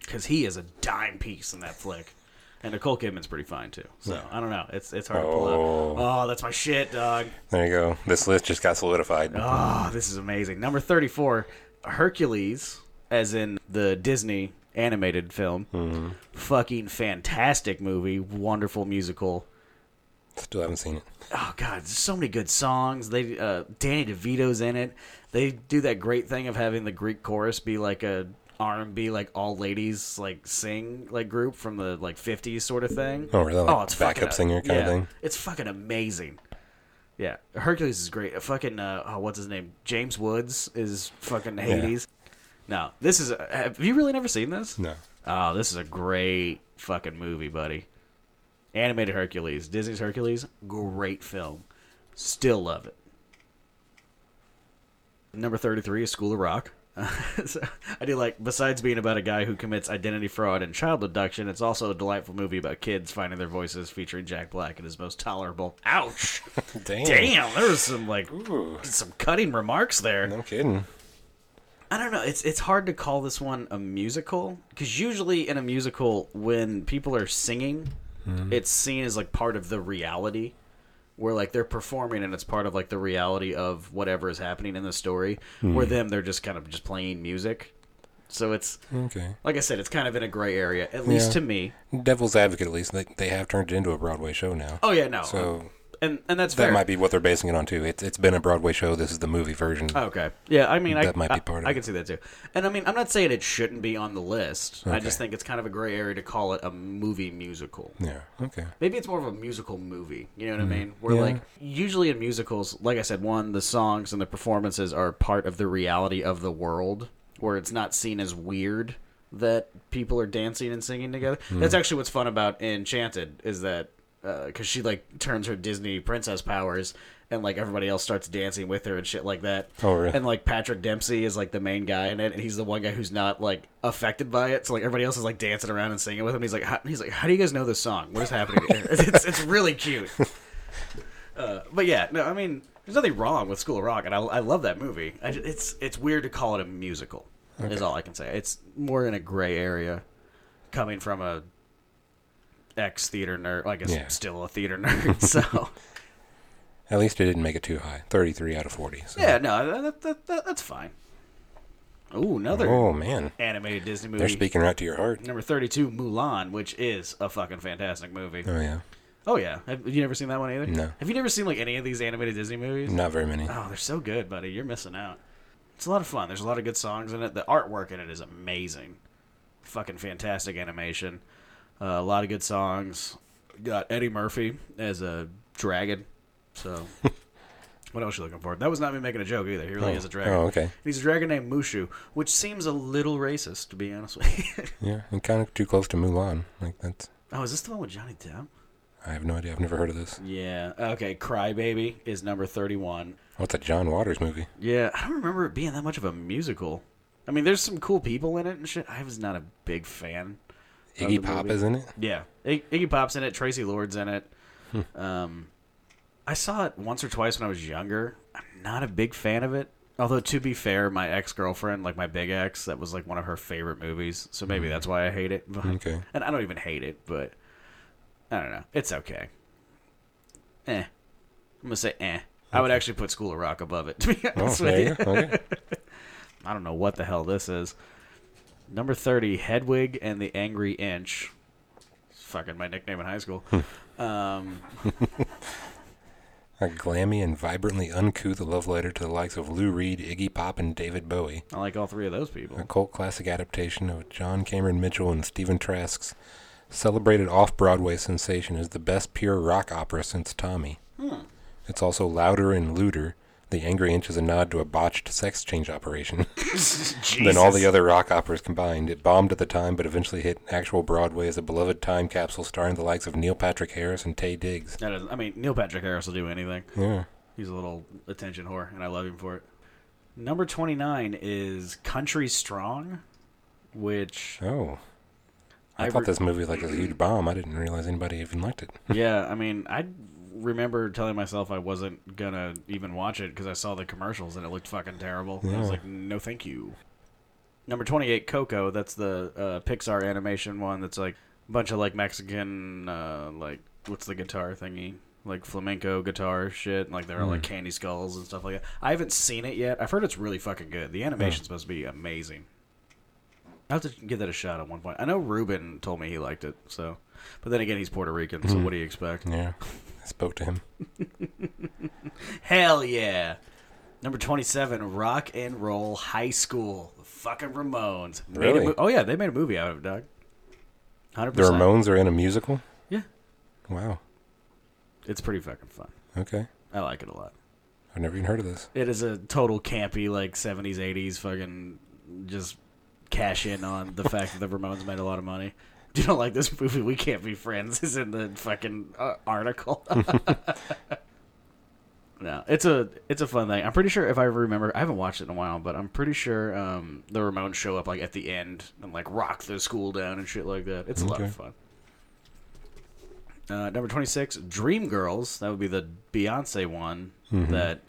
because he is a dime piece in that flick. And Nicole Kidman's pretty fine too, so I don't know. It's it's hard to pull out. Oh. Oh, that's my shit, dog. There you go. This list just got solidified. Oh, this is amazing. Number 34, Hercules, as in the Disney animated film. Fucking fantastic movie, wonderful musical. Still haven't seen it. Oh god, there's so many good songs. They uh, Danny DeVito's in it. They do that great thing of having the Greek chorus be like a R&B like all ladies like sing like group from the like 50s sort of thing. Oh, really? Like fucking backup a- singer kinda yeah. thing? It's fucking amazing. Yeah, Hercules is great. Uh, Fucking uh, oh, what's his name? James Woods is fucking Hades. No, this is. A, have you really never seen this? No. Oh, this is a great fucking movie, buddy. Animated Hercules, Disney's Hercules, great film. Still love it. Number 33 is School of Rock. [LAUGHS] So, I do like, besides being about a guy who commits identity fraud and child abduction, it's also a delightful movie about kids finding their voices featuring Jack Black and his most tolerable. Ouch! Damn. Damn, there was some, like, Ooh, some cutting remarks there. no kidding. I don't know. It's it's hard to call this one a musical because usually in a musical, when people are singing, Mm-hmm. it's seen as like part of the reality, where like they're performing and it's part of like the reality of whatever is happening in the story. Hmm. Where them, they're just kind of just playing music. So it's Okay. like I said, it's kind of in a gray area, at least Hmm. Yeah. to me. Devil's Advocate, at least they, they have turned it into a Broadway show now. Oh yeah, no, So and and that's That fair. might be what they're basing it on too. It's it's been a Broadway show. This is the movie version. Oh, Okay. Yeah, I mean, I, That might be I- part of I, it. can see that too. And I mean, I'm not saying it shouldn't be on the list. I just think it's kind of a gray area to call it a movie musical. Yeah. Okay. Maybe it's more of a musical movie. You know what I mean? Where Yeah. like usually in musicals, like I said, one the songs and the performances are part of the reality of the world, where it's not seen as weird that people are dancing and singing together. That's actually what's fun about Enchanted is that because she like turns her Disney princess powers and like everybody else starts dancing with her and shit like that. Oh, really? And like Patrick Dempsey is like the main guy in it, and he's the one guy who's not like affected by it. So like everybody else is like dancing around and singing with him. He's like, how, he's like, how do you guys know this song? What [LAUGHS] is happening? here?" it's it's really cute. Uh, but yeah, no, I mean, there's nothing wrong with School of Rock, and I, I love that movie. I ju- it's it's weird to call it a musical. Is all I can say. It's more in a gray area, coming from a ex theater nerd. Like I guess Yeah. still a theater nerd. [LAUGHS] [LAUGHS] so At least it didn't make it too high. Thirty-three out of forty. So. yeah, no, that, that, that, that's fine. Ooh, another Oh man, animated Disney movie. they're speaking right to your heart. Number 32, Mulan, which is a fucking fantastic movie. Oh yeah. Oh, yeah. Have you never seen that one either? No. Have you never seen, like, any of these animated Disney movies? Not very many. Oh, they're so good, buddy. You're missing out. It's a lot of fun. There's a lot of good songs in it. The artwork in it is amazing. Fucking fantastic animation. Uh, a lot of good songs. Got Eddie Murphy as a dragon. [LAUGHS] So, what else you looking for? That was not me making a joke either. He really Oh. is a dragon. Oh, okay. He's a dragon named Mushu, which seems a little racist, to be honest with you. Yeah, and kind of too close to Mulan. Like that's. oh, is this the one with Johnny Depp? I have no idea. I've never heard of this. Yeah. Okay. Crybaby is number 31. What's Oh, a John Waters movie? Yeah. I don't remember it being that much of a musical. I mean, there's some cool people in it and shit. I was not a big fan. Iggy the Pop movie. is in it. Yeah. I- Iggy Pop's in it. Tracy Lord's in it. Hmm. Um, I saw it once or twice when I was younger. I'm not a big fan of it. Although, to be fair, my ex girlfriend, like my big ex, that was like one of her favorite movies. So maybe that's why I hate it. [LAUGHS] But- Hmm. Okay. And I don't even hate it, but I don't know. It's okay. Eh. I'm gonna say eh. I would actually put School of Rock above it. To be [LAUGHS] Oh, honest there with you go. you, Okay. I don't know what the hell this is. Number thirty, Hedwig and the Angry Inch. It's fucking my nickname in high school. Hmm. um, A glammy and vibrantly uncouth love letter to the likes of Lou Reed, Iggy Pop, and David Bowie. I like all three of those A [LAUGHS] people. cult classic adaptation of John Cameron Mitchell and Stephen Trask's celebrated off Broadway sensation is the best pure rock opera since Tommy. It's also louder and lewder. The Angry Inch is a nod to a botched sex change operation. [LAUGHS] than all the other rock operas combined. It bombed at the time, but eventually hit actual Broadway as a beloved time capsule starring the likes of Neil Patrick Harris and Tay Diggs. That is, I mean, Neil Patrick Harris will do anything. Yeah. He's a little attention whore, and I love him for it. Number 29 is Country Strong, which. Oh. I, I thought re- this movie was like a huge bomb. I didn't realize anybody even liked it. yeah, I mean, I remember telling myself I wasn't going to even watch it because I saw the commercials and it looked fucking terrible. And I was Yeah. like, no, thank you. Number 28, Coco. That's the uh, Pixar animation one that's like a bunch of like Mexican, uh, like, what's the guitar thingy? Like flamenco guitar shit. And, like, they're all like candy skulls and stuff like that. I haven't seen it yet. I've heard it's really fucking good. The animation's supposed to be amazing. I have to give that a shot at one point. I know Ruben told me he liked it, so. But then again, he's Puerto Rican, so what do you expect? Yeah. I spoke to him. Hell yeah. Number 27, Rock and Roll High School. The fucking Ramones. Made a Really? mo- oh, yeah, they made a movie out of it, dog. 100%. The Ramones are in a musical? Yeah. Wow. It's pretty fucking fun. Okay. I like it a lot. I've never even heard of this. It is a total campy, like, 70s, 80s fucking just cash in on the fact that the Ramones made a lot of money. You don't like this movie? We can't be friends. Is in the fucking uh, article. [LAUGHS] No, it's a it's a fun thing. I'm pretty sure if I remember, I haven't watched it in a while, but I'm pretty sure um, the Ramones show up like at the end and like rock the school down and shit like that. It's a lot of Okay. fun. Uh, number twenty six, Dream Girls. That would be the Beyonce one. That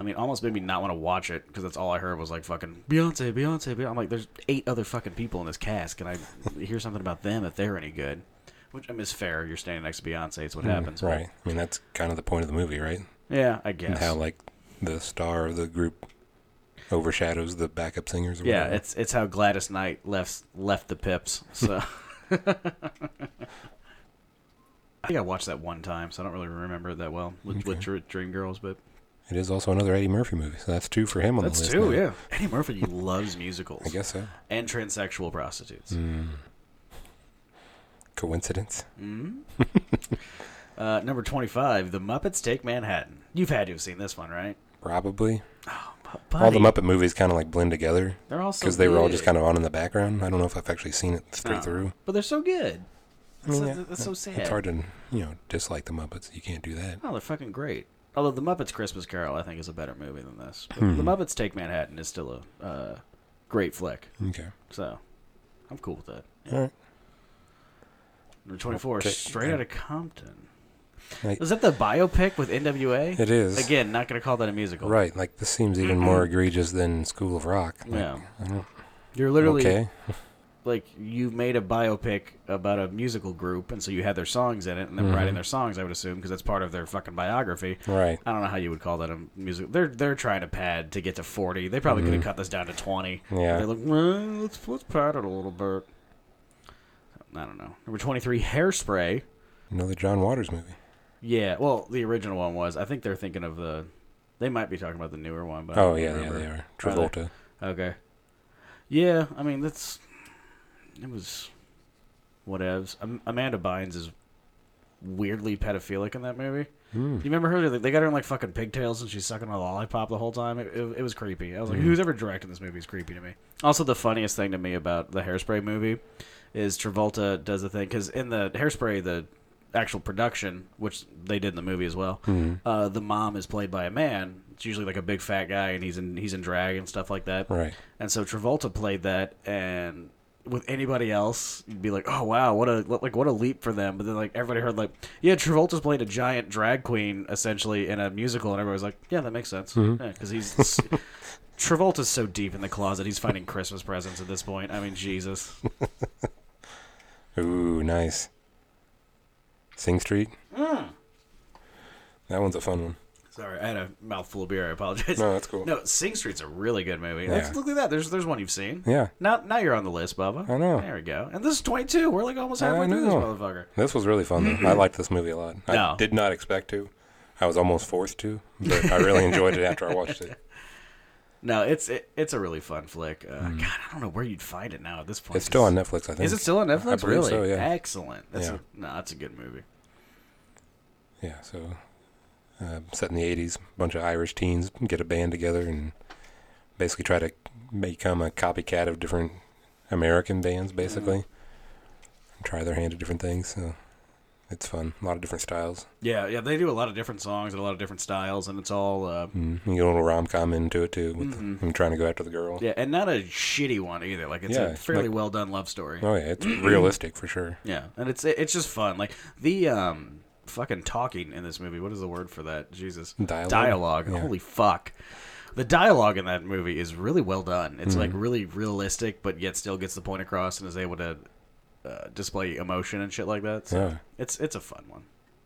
I mean, almost made me not want to watch it because that's all I heard was like fucking Beyonce, Beyonce, Beyonce. I'm like, there's eight other fucking people in this cast. Can I [LAUGHS] hear something about them if they're any good? Which I mean, is fair. You're standing next to Beyonce. It's what happens, but- Mm, Hmm. Right. I mean, that's kind of the point of the movie, right? Yeah, I guess. And how, like, the star of the group overshadows the backup singers or Yeah, whatever. it's it's how [LAUGHS] Gladys [LAUGHS] Knight left left the Pips. So I think I watched that one time, so I don't really remember it that well with, with Dr- Dreamgirls, but It is also another Eddie Murphy movie, so that's two for him on that's the list. now. two. Yeah, Eddie Murphy loves musicals. I guess so. and transsexual prostitutes. Coincidence? Uh, number twenty-five, The Muppets Take Manhattan. You've had to have seen this one, right? Probably. Bu- All the buddy, Muppet movies kind of like blend together they're all so because they were all just good. kind of on in the background. I don't know if I've actually seen it straight No. through. but they're so good. That's, mean, so, yeah, that's so sad. It's hard to, you know, dislike the Muppets. You can't do that. Oh, they're fucking great. Although The Muppets Christmas Carol, I think, is a better movie than this. But Hmm. The Muppets Take Manhattan is still a uh, great flick. Okay. So I'm cool with that. All right. Number 24, Okay. Straight Out of Compton. Like- Is that the biopic with NWA? It is. Again, not going to call that a musical. Right. Like, this seems even more egregious than School of Rock. Like, Yeah. You're literally, Okay. like, you made a biopic about a musical group, and so you had their songs in it, and them Mm-hmm. writing their songs, I would assume, because that's part of their fucking biography. Right. I don't know how you would call that a musical. They're they're trying to pad to get to forty. They probably could have cut this down to twenty. Mm-hmm. Yeah. They're like, well, let's let's pad it a little bit. I don't know. Number twenty three, hairspray. Another John Waters movie. Yeah. Well, the original one was. I think they're thinking of the. They might be talking about the newer one, but I Oh, don't yeah, yeah, remember. they are. Are they? Travolta. Okay. Yeah, I mean that's. It was, whatevs. Um, Amanda Bynes is weirdly pedophilic in that movie. Hmm. You remember her? They- They got her in like fucking pigtails, and she's sucking a lollipop the whole time. It, it, it was creepy. I was like, who's ever directing this movie is creepy to me. Also, the funniest thing to me about the Hairspray movie is Travolta does the thing because in the Hairspray the actual production, which they did in the movie as well, Hmm. uh, the mom is played by a man. It's usually like a big fat guy, and he's in he's in drag and stuff like that. Right. And so Travolta played that, and with anybody else, you'd be like, "Oh wow, what a what- like what a leap for them." But then like everybody heard like, "Yeah, Travolta's played a giant drag queen essentially in a musical," and everybody was like, "Yeah, that makes sense," Mm-hmm. because he's [LAUGHS] Travolta's so deep in the closet, he's finding Christmas presents at this point. I [LAUGHS] mean, Jesus. Ooh, nice. Sing Street. Hmm. That one's a fun one. Sorry, I had a mouthful of beer. I apologize. No, that's cool. No, Sing Street's a really good movie. Yeah. Look at that. There's there's one you've seen. Yeah. Now now you're on the list, Bubba. I know. There we go. And this is 22. We're like almost I halfway through this know. motherfucker. This was really fun, though. I liked this movie a lot. Mm-hmm. No. I did not expect to. I was almost forced to, but I really enjoyed it after I watched it. No, it's it, it's a really fun flick. Uh, God, I don't know where you'd find it now at this point. It's still on Netflix, I think. Is it still on Netflix? I believe really? so, yeah. Excellent. That's Yeah. A, no, that's a good movie. Yeah, so uh, set in the 80s, bunch of Irish teens get a band together and basically try to become a copycat of different American bands, Mm-hmm. basically. And try their hand at different things. So it's fun. A lot of different styles. Yeah, yeah. They do a lot of different songs and a lot of different styles, and it's all uh, mm-hmm. Mm, You get a little rom com into it, too, with him trying to go after the girl. yeah, and not a shitty one either. Like it's Yeah, a it's fairly like- well done love story. Oh, yeah, [CLEARS THROAT] it's realistic for sure. Yeah, and it's it's just fun. Like the um fucking talking in this movie. What is the word for that? Jesus, Dialogue? Yeah. Holy fuck. The dialogue in that movie is really well done. It's Mm-hmm. like really realistic, but yet still gets the point across and is able to uh, display emotion and shit like that. So Yeah. it's it's a fun one.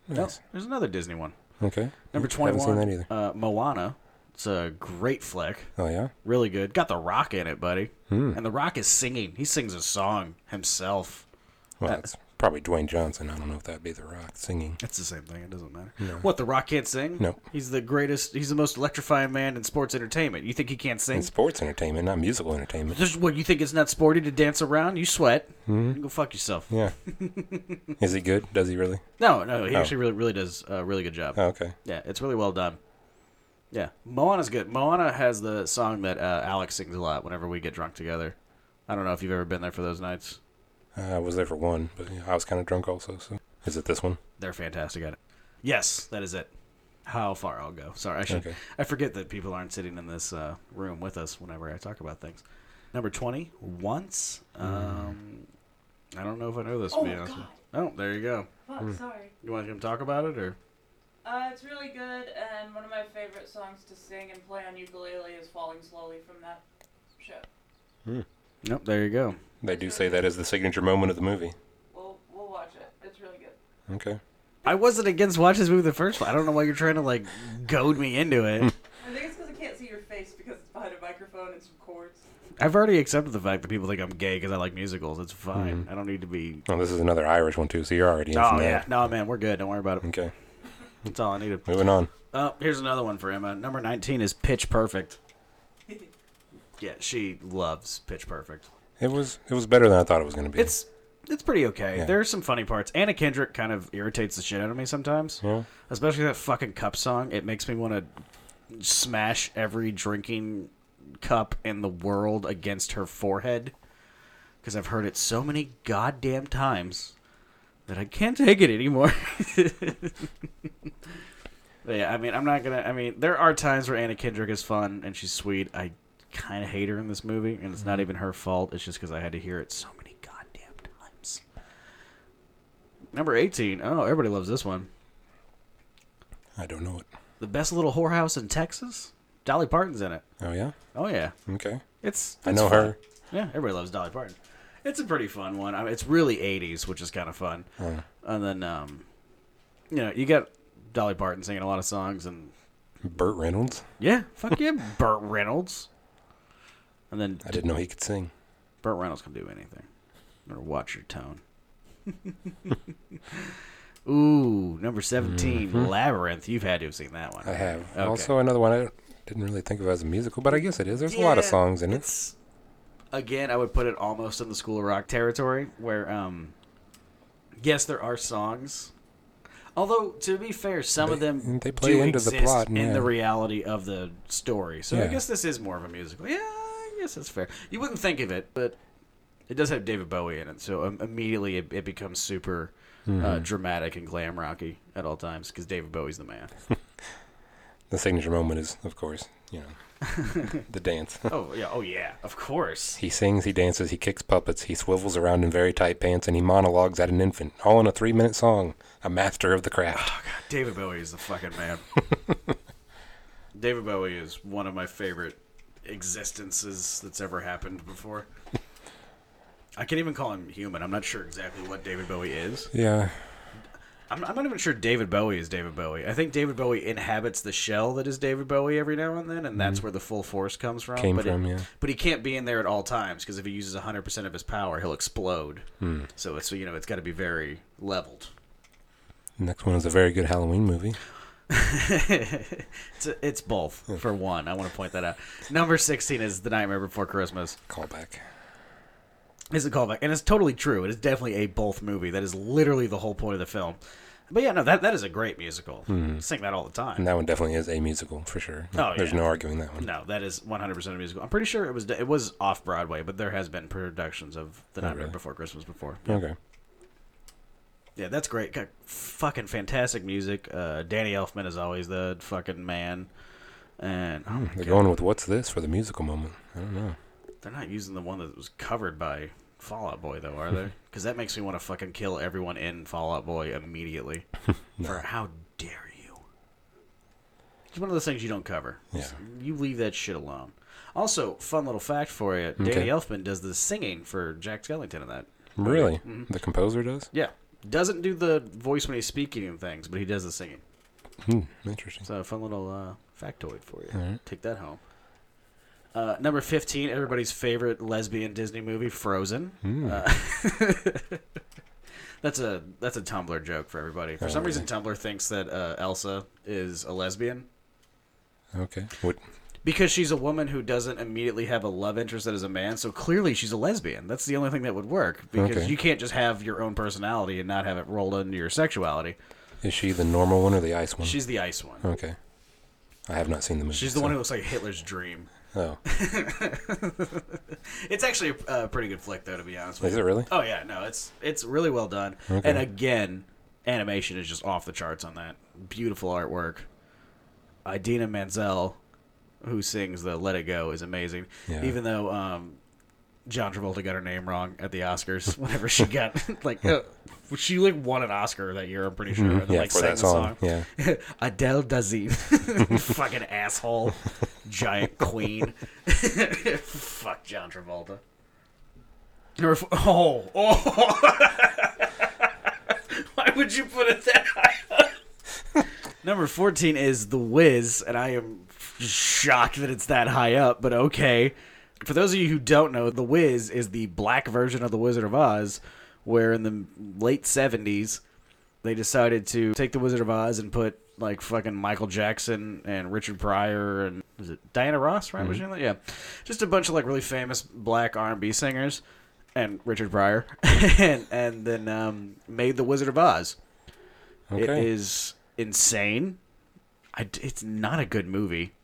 Nice. Oh, there's another Disney one. Okay. Number I haven't twenty-one, seen that either. Uh, Moana. It's a great flick. Oh, yeah? Really good. Got the Rock in it, buddy. Hmm. And the Rock is singing. He sings a song himself. Uh, Well, that's probably Dwayne Johnson. I don't know if that'd be The Rock singing. It's the same thing. It doesn't matter. What the Rock can't sing? No. He's the greatest. He's the most electrifying man in sports entertainment. You think he can't sing? It's sports entertainment, not musical entertainment. This is what you think it's not sporty to dance around. You sweat. Go fuck yourself. Mm-hmm. Yeah. [LAUGHS] Is he good? Does he really? No, no. He actually really, really does a really good job. Oh, okay. Yeah, it's really well done. Yeah, Moana's good. Moana has the song that uh, Alex sings a lot whenever we get drunk together. I don't know if you've ever been there for those nights. Uh, I was there for one, but you know, I was kind of drunk also. So, is it this one? They're fantastic at it. Yes, that is it. How far I'll go. Sorry, I should. Okay. I forget that people aren't sitting in this uh, room with us whenever I talk about things. Number twenty. Once. Um, I don't know if I know this. to Oh be my honest. with God. you. Oh, there you go. Fuck, sorry. You want to talk about it or? Uh, it's really good, and one of my favorite songs to sing and play on ukulele is Falling Slowly from that show. Nope. There you go. They do say that is the signature moment of the movie. We'll, we'll watch it. It's really good. Okay. I wasn't against watching this movie the first one. I don't know why you're trying to like goad me into it. [LAUGHS] I think it's because I can't see your face because it's behind a microphone and some cords. I've already accepted the fact that people think I'm gay because I like musicals. It's fine. I don't need to be. Oh, this is another Irish one too. So you're already. in Oh from yeah, that. no man, we're good. Don't worry about it. Okay. That's all I needed. Moving on. Oh, here's another one for Emma. Number 19 is Pitch Perfect. Yeah, she loves Pitch Perfect. It was it was better than I thought it was going to be. It's it's pretty okay. Yeah. There are some funny parts. Anna Kendrick kind of irritates the shit out of me sometimes. Yeah. Especially that fucking cup song. It makes me want to smash every drinking cup in the world against her forehead because I've heard it so many goddamn times that I can't take it anymore. [LAUGHS] But yeah, I mean, I'm not gonna. I mean, there are times where Anna Kendrick is fun and she's sweet. I kind of hate her in this movie, and it's not even her fault. It's just because I had to hear it so many goddamn times. Number 18. Oh, everybody loves this one. I don't know it. The best little whorehouse in Texas. Dolly Parton's in it. Oh yeah. Oh yeah, Okay. it's. I it's know fun. her. Yeah, everybody loves Dolly Parton. It's a pretty fun one. I mean, it's really '80s, which is kind of fun. And then, um, you know, you got Dolly Parton singing a lot of songs and Burt Reynolds. Yeah, [LAUGHS] fuck yeah, Burt Reynolds. And then I didn't know he could sing. Burt Reynolds can do anything. Better watch [LAUGHS] your tone. Ooh, number 17 Labyrinth. You've had to have seen that one. Mm-hmm. I have. Okay. Also another one I don't- didn't really think of as a musical, but I guess it is. There's a lot of Yeah, songs in it. It's again, I would put it almost in the School of Rock territory, where um, yes, there are songs. Although to be fair, some of They- them they play do into the exist plot, in yeah. the reality of the story. So I Yeah. guess this is more of a musical. Yeah, I guess that's fair. You wouldn't think of it, but it does have David Bowie in it, so um, immediately it, it becomes super Mm-hmm. uh, dramatic and glam rocky at all times because David Bowie's the man. The signature moment is, of course, you know, [LAUGHS] the dance. oh yeah, oh yeah, of course. He sings, he dances, he kicks puppets, he swivels around in very tight pants, and he monologues at an infant, all in a three minute song. A master of the [SIGHS] craft. David Bowie is the [LAUGHS] fucking man. David Bowie is one of my favorite existences that's ever happened before. I can't even call him human. I'm not sure exactly what David Bowie is. Yeah. I'm, I'm not even sure David Bowie is David Bowie. I think David Bowie inhabits the shell that is David Bowie every now and then, and that's where the full force comes from. Mm-hmm. Came but it- from, yeah. But he can't be in there at all times because if he uses 100% of his power, he'll explode. Hmm. So it's you know it's got to be very leveled. Next one is a very good Halloween movie. it's, it's both for one. I want to point that out. Number sixteen is the Nightmare Before Christmas. Callback. It's a callback, and it's totally true. It is definitely a both movie. That is literally the whole point of the film. But yeah, no, that that is a great musical. Sing that all the time. And that one definitely is a musical for sure. Oh, There's yeah. no arguing that one. No, that is 100% a musical. I'm pretty sure it was it was off Broadway, but there has been productions of The Nightmare really? Before Christmas before. Okay. Yeah, that's great. Got fucking fantastic music. Uh, Danny Elfman is always the fucking man. And oh my They're god, going with what's this for the musical moment. I don't know. They're not using the one that was covered by Fallout Boy, though, are [LAUGHS] they? Because that makes me want to fucking kill everyone in Fallout Boy [LAUGHS] immediately. For how dare you? It's one of those things you don't cover. Yeah. You leave that shit alone. Also, fun little fact for you: Okay. Danny Elfman does the singing for Jack Skellington in that. Really? Mm-hmm. The composer does? Yeah, doesn't do the voice when he's speaking and things, but he does the singing. Hmm. Interesting. So, a fun little uh, factoid for you. Take that home. Uh, number 15, everybody's favorite lesbian Disney movie, Hmm. Frozen. Uh, [LAUGHS] that's a that's a Tumblr joke for everybody. For some reason, Tumblr thinks that uh, Elsa is a lesbian Okay. What? because she's a woman who doesn't immediately have a love interest that is a man. So clearly, she's a lesbian. That's the only thing that would work because Okay. you can't just have your own personality and not have it rolled into your sexuality. Is she the normal one or the ice one? She's the ice one. okay. I have not seen the movie. She's the one who looks like Hitler's dream. Oh. [LAUGHS] It's actually a, a pretty good flick, though, to be honest with Is you. it really? Oh yeah, no, it's it's really well done. And again, animation is just off the charts on that. Beautiful artwork. Idina Menzel, who sings the "Let It Go," is amazing. Yeah. Even though um, John Travolta got her name wrong at the Oscars, whenever she got [LAUGHS] like uh, she like won an Oscar that year, I'm pretty sure. and then, Mm-hmm. Yeah, like, for that sang the song. Yeah. [LAUGHS] Adele Dazeem. Fucking asshole. Giant queen. [LAUGHS] Fuck John Travolta. Number four. Oh, oh. [LAUGHS] Why would you put it that high? [LAUGHS] Number 14 is The Wiz, and I am shocked that it's that high up, but okay. For those of you who don't know, The Wiz is the black version of The Wizard of Oz, where in the late 70s, they decided to take The Wizard of Oz and put like fucking Michael Jackson and Richard Pryor and is it Diana Ross, right? Mm-hmm. Was she in that? Yeah. Just a bunch of like really famous black R&B singers and Richard Pryor [LAUGHS] and and then um, made The Wizard of Oz. It Okay. is insane. I d it's not a good movie.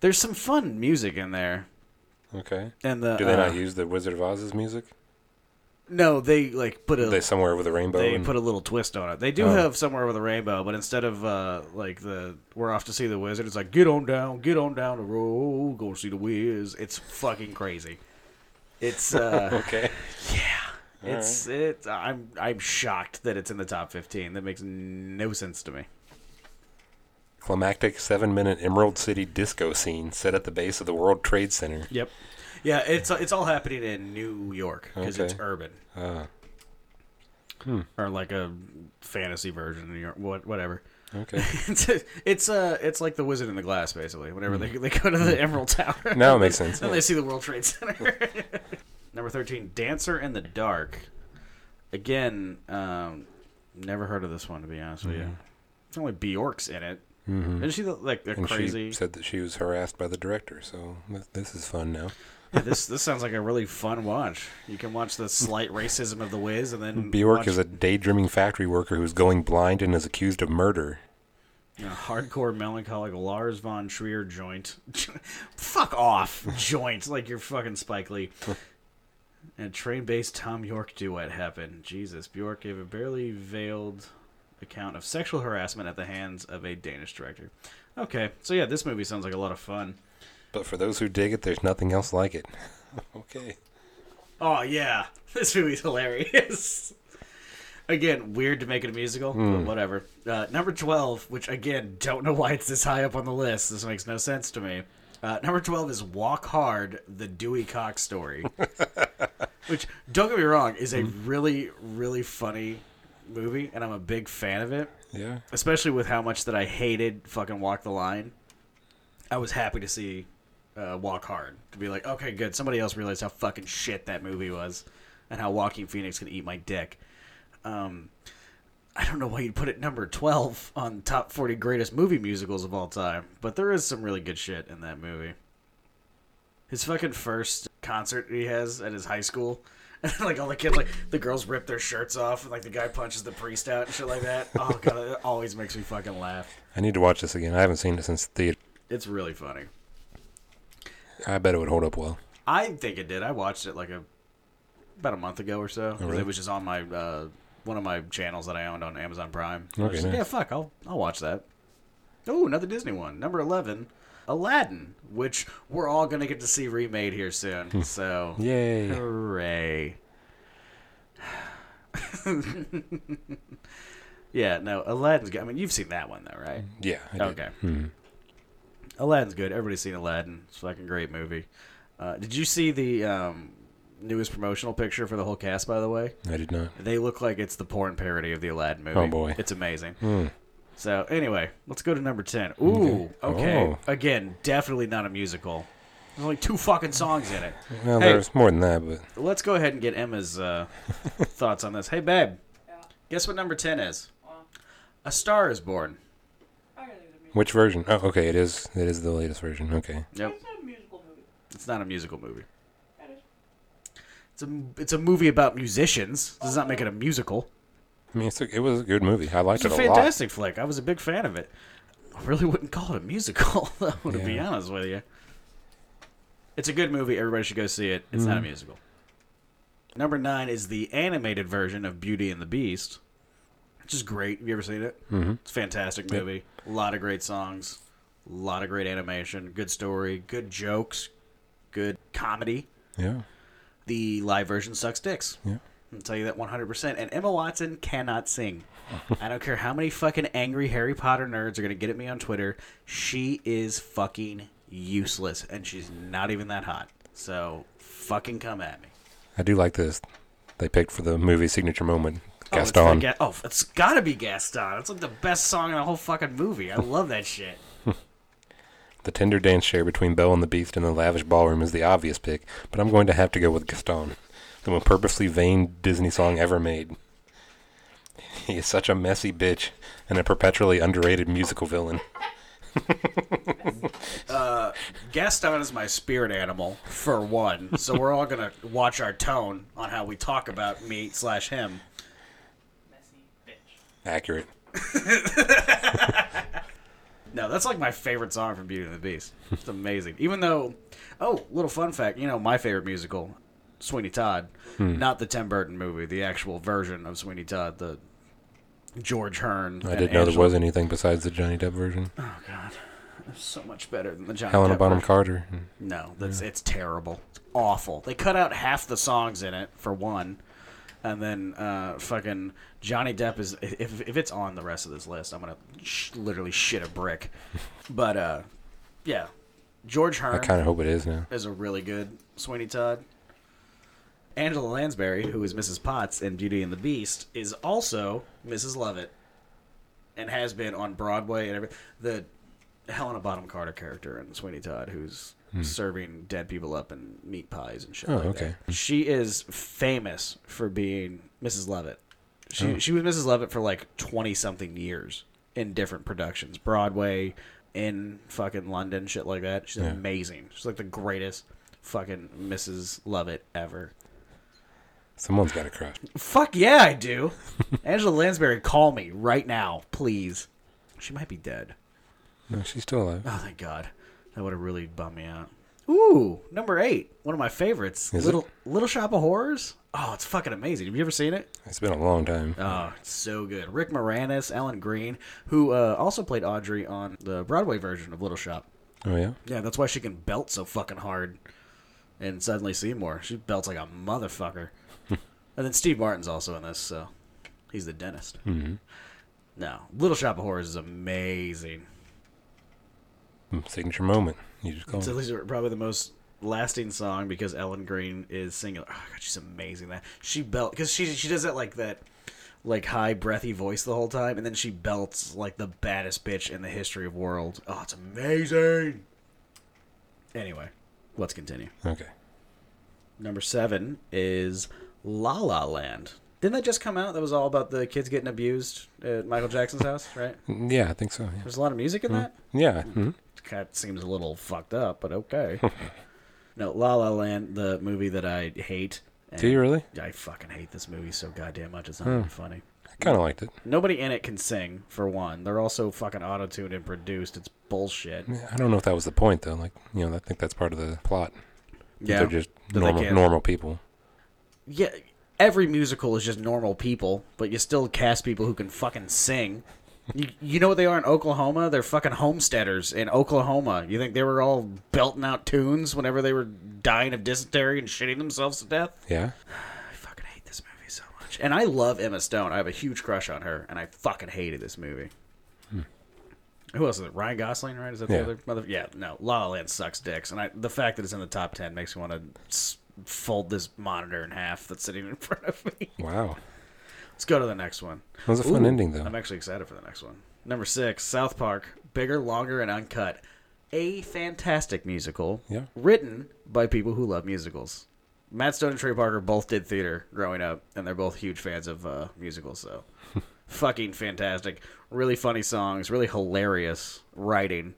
There's some fun music in there. Okay. And the Do they uh, not use the Wizard of Oz's music? No, they like put a They somewhere with a rainbow. they and- put a little twist on it. They do Oh. have somewhere with a rainbow, but instead of uh, like the we're off to see the wizard, it's like get on down, get on down the road, go see the whiz. It's fucking crazy. [LAUGHS] It's uh, okay. it's it. I'm I'm shocked that it's in the top fifteen. That makes no sense to me. Climactic seven-minute Emerald City disco scene set at the base of the World Trade Center. Yep. Yeah, it's it's all happening in New York because it's Okay. urban. Ah. Or like a fantasy version of New York, what, whatever. [LAUGHS] Okay. it's it's uh it's like the Wizard in the Glass basically. Whenever they, they go to Mm. the [LAUGHS] Emerald Tower, Now it [LAUGHS] makes sense, Then yeah. they see the World Trade Center. [LAUGHS] Number thirteen, Dancer in the Dark. Again, um, never heard of this one to be honest with Mm-hmm. you. It's only Bjork's in it. Isn't she the, like they're And crazy? she said that she was harassed by the director, so th- this is fun now. Yeah, this this sounds like a really fun watch. You can watch the slight racism of the Wiz, and then Bjork watch is a daydreaming factory worker who's going blind and is accused of murder. you know, hardcore melancholic Lars von Trier joint. [LAUGHS] Fuck off, joint like you're fucking Spike Lee. And train based Tom York duet happened. Jesus, Bjork gave a barely veiled account of sexual harassment at the hands of a Danish director. Okay, so yeah, this movie sounds like a lot of fun. But for those who dig it, there's nothing else like it. [LAUGHS] okay. Oh yeah, [LAUGHS] this movie's hilarious. again, weird to make it a musical, but whatever. Uh, number twelve, which again, don't know why it's this high up on the list. This makes no sense to me. Uh, number twelve is Walk Hard: The Dewey Cox Story, which don't get me wrong, is a really, really funny movie, and I'm a big fan of it. Yeah. Especially with how much that I hated fucking Walk the Line. I was happy to see uh, Walk Hard to be like, okay, good. Somebody else realized how fucking shit that movie was, and how Walking Phoenix could eat my dick. Um, I don't know why you'd put it number twelve on top forty greatest movie musicals of all time, but there is some really good shit in that movie. His fucking first concert he has at his high school. [LAUGHS] And like all the kids, like the girls rip their shirts off, and like the guy punches the priest out and shit like that. Oh god, [LAUGHS] it always makes me fucking laugh. I need to watch this again. I haven't seen it since the. It's really funny. I bet it would hold up well. I think it did. I watched it like a about a month ago or so. 'cause Oh, really? It was just on my uh, one of my channels that I owned on Amazon Prime. I was Okay, just like, nice. Yeah, fuck, I'll I'll watch that. Oh, another Disney one, number eleven, Aladdin, which we're all gonna get to see remade [LAUGHS] here soon. so Yay. hooray! [LAUGHS] yeah, no, Aladdin's good. I mean, you've seen that one though, right? Yeah. I did. Okay. Aladdin's good. Everybody's seen Aladdin. It's a fucking great movie. Uh, did you see the um, newest promotional picture for the whole cast? By the way, I did not. they look like it's the porn parody of the Aladdin movie. Oh, boy. Hmm. it's amazing. So anyway, let's go to number ten. Ooh, Oh. okay. Again, definitely not a musical. There's only two fucking songs in it. Well, Hey. there's more than that, but Let's go ahead and get Emma's uh, thoughts on this. Hey, babe, Yeah. guess what number ten is? Well, A Star is Born. I gotta do the musical. which version? Oh, okay. It is. It is the latest version. Okay. Yep, It's not a musical movie. it's not a musical movie. That is- It's a it's a movie about musicians. Does not make it a musical. I mean, it's a, it was a good movie. I liked It's a it a lot. fantastic flick. I was a big fan of it. I really wouldn't call it a musical, [LAUGHS] though, to be Yeah. honest with you. It's a good movie. Everybody should go see it. It's Mm-hmm. not a musical. Number nine is the animated version of Beauty and the Beast, which is great. Have you ever seen it? Mm-hmm. It's a fantastic movie. A lot of great songs, a lot of great animation, good story, good jokes, good comedy. Yeah. The live version sucks dicks. Yeah. I'll tell you that 100%. And Emma Watson [LAUGHS] cannot sing. I don't care how many fucking angry Harry Potter nerds are going to get at me on Twitter. She is fucking useless, and she's not even that hot. So fucking come at me. I do like this. They picked for the movie signature moment. Oh, it's Gaston. the Ga- Oh, it's got to be Gaston. It's like the best song in the whole fucking movie. I love that shit. The tender dance share between Belle and the Beast in the lavish ballroom is the obvious pick, but I'm going to have to go with Gaston, the most purposely vain Disney song ever made. He is such a messy bitch and a perpetually underrated musical villain. Uh, Gaston is my spirit animal for one, so we're all gonna watch our tone on how we talk about me slash him. Messy bitch. Accurate. No, that's like my favorite song from Beauty and the Beast. It's amazing. Even though, oh, little fun fact, you know, my favorite musical, Sweeney Todd, Hmm. not the Tim Burton movie, the actual version of Sweeney Todd, the George Hearn. I didn't know there was anything besides the Johnny Depp version. Oh God, it's so much better than the John. Helena Depp Bonham version. Carter. No, that's it's terrible. It's awful. They cut out half the songs in it for one, and then uh, fucking Johnny Depp is if if it's on the rest of this list, I'm gonna sh- literally shit [LAUGHS] a brick. But uh, yeah, George I Hearn kind of hope it is now. is a really good Sweeney Todd. Angela Lansbury, who is Mrs. Potts in Beauty and the Beast, is also Mrs. Lovett, and has been on Broadway and every the Helena Bonham Carter character in Sweeney Todd, who's serving dead people up in meat pies and shit. Hmm. Oh, like okay. that. She is famous for being Mrs. Lovett. Oh. She she was Mrs. Lovett for like twenty something years in different productions, Broadway, in fucking London, shit like that. She's amazing. She's like the greatest fucking Mrs. Lovett ever. Someone's got a crush. Fuck yeah, I do. [LAUGHS] Angela Lansbury, call me right now, please. She might be dead. No, she's still alive. Oh, thank God. That would have really bummed me out. Ooh, number eight. One of my favorites. Is it? Little Little Shop of Horrors. Oh, it's fucking amazing. Have you ever seen it? It's been a long time. Oh, it's so good. Rick Moranis, Alan Green, who uh, also played Audrey on the Broadway version of Little Shop. Oh yeah. Yeah, that's why she can belt so fucking hard. And suddenly Seymour, she belts like a motherfucker. and then Steve Martin's also in this, so he's the dentist. Mm-hmm. No, Little Shop of Horrors is amazing. Mm, Signature moment. You just call It's at it. least probably the most lasting song because Ellen Green is singing. Oh god, she's amazing. That she belt because she she does that like that like high breathy voice the whole time, and then she belts like the baddest bitch in the history of world. Oh, it's amazing. Anyway, let's continue. Okay. Number seven is La La Land. Didn't that just come out? That was all about the kids getting abused at [LAUGHS] Michael Jackson's house, right? Mm, Yeah, I think so. Yeah. There's a lot of music in Hmm. that. Yeah. Mm-hmm. mhm. kind of seems a little fucked up, but okay. [LAUGHS] no, La La Land, the movie that I hate. and Do you really? Hmm. I fucking hate this movie so goddamn much. It's not even funny. I kind of liked it. Nobody in it can sing, for one. They're also fucking auto tuned and produced. It's bullshit. Yeah, I don't know if that was the point though. Like, you know, I think that's part of the plot. Yeah. They're just That they normal, can't- normal people. yeah. Every musical is just normal people, but you still cast people who can fucking sing. You, you know what they are in Oklahoma? They're fucking homesteaders in Oklahoma. You think they were all belting out tunes whenever they were dying of dysentery and shitting themselves to death? Yeah. I fucking hate this movie so much. And I love Emma Stone. I have a huge crush on her, and I fucking hated this movie. Who else is it? Ryan Gosling, right? Is that the Yeah. other mother? Yeah, no. La La Land sucks dicks, and I, the fact that it's in the top ten makes me want to s- fold this monitor in half that's sitting in front of me. [LAUGHS] Wow. Let's go to the next one. It was a fun ending though. I'm actually excited for the next one. Number six, South Park, bigger, longer, and uncut. A fantastic musical Yeah. written by people who love musicals. Matt Stone and Trey Parker both did theater growing up, and they're both huge fans of uh, musicals. [LAUGHS] So, fucking fantastic! Really funny songs, really hilarious writing,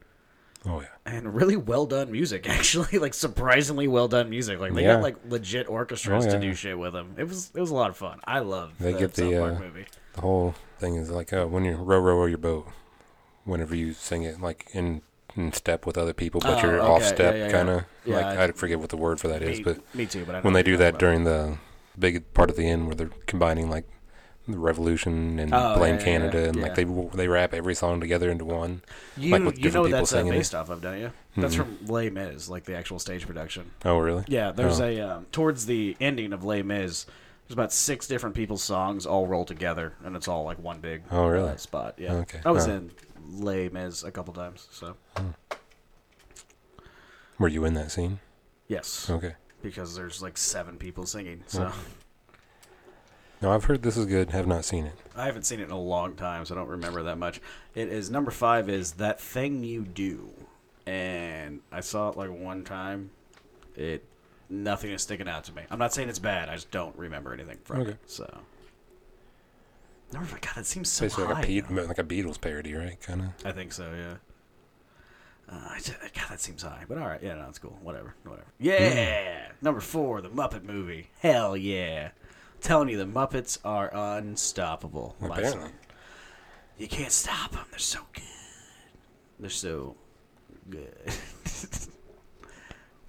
oh yeah. and really well done music. [LAUGHS] Actually, like surprisingly well done music. Like they Yeah. got like legit orchestras Oh, to yeah. do shit with them. It was it was a lot of fun. I love They the get the, South Park uh, movie. the whole thing is like uh, when you row row row your boat whenever you sing it like in in step with other people but Oh, you're off okay. step Yeah, yeah, yeah. kind of Yeah, like I- I, forget what the word for that is Me, but me too. But I know when they what do you're that during talking the big part of the end where they're combining like the revolution and Oh, blame yeah, yeah, canada yeah, and yeah. like they they wrap every song together into one You, like with you different know people that's uh, singing it. based off of, don't you? That's from Les Mis, like the actual stage production. oh really Mm-hmm. Yeah, there's Oh. a um, towards the ending of Les Mis. There's about six different people's songs all rolled together, and it's all like one big Oh, really? uh, spot. Yeah, Okay. I was Huh. in Les Mis a couple times, so were you in that scene yes, okay because there's like seven people singing. So no i've heard this is good have not seen it I haven't seen it in a long time, so I don't remember that much. It is number five. Is that thing you do? and I saw it like one time. It nothing is sticking out to me. I'm not saying it's bad. I just don't remember anything from Okay. it. So. Never forgot. God, that seems so Basically, high. like a, Pe- though. like a Beatles parody, right? Kind of. I think so, yeah. Uh, I ju- God, that seems high, but all right, yeah, no, it's cool. Whatever, whatever. Mm. Yeah, number four, the Muppet movie. Hell yeah! telling you, the Muppets are unstoppable. my son. Apparently. Oh, you can't stop them. They're so good. They're so [LAUGHS] good.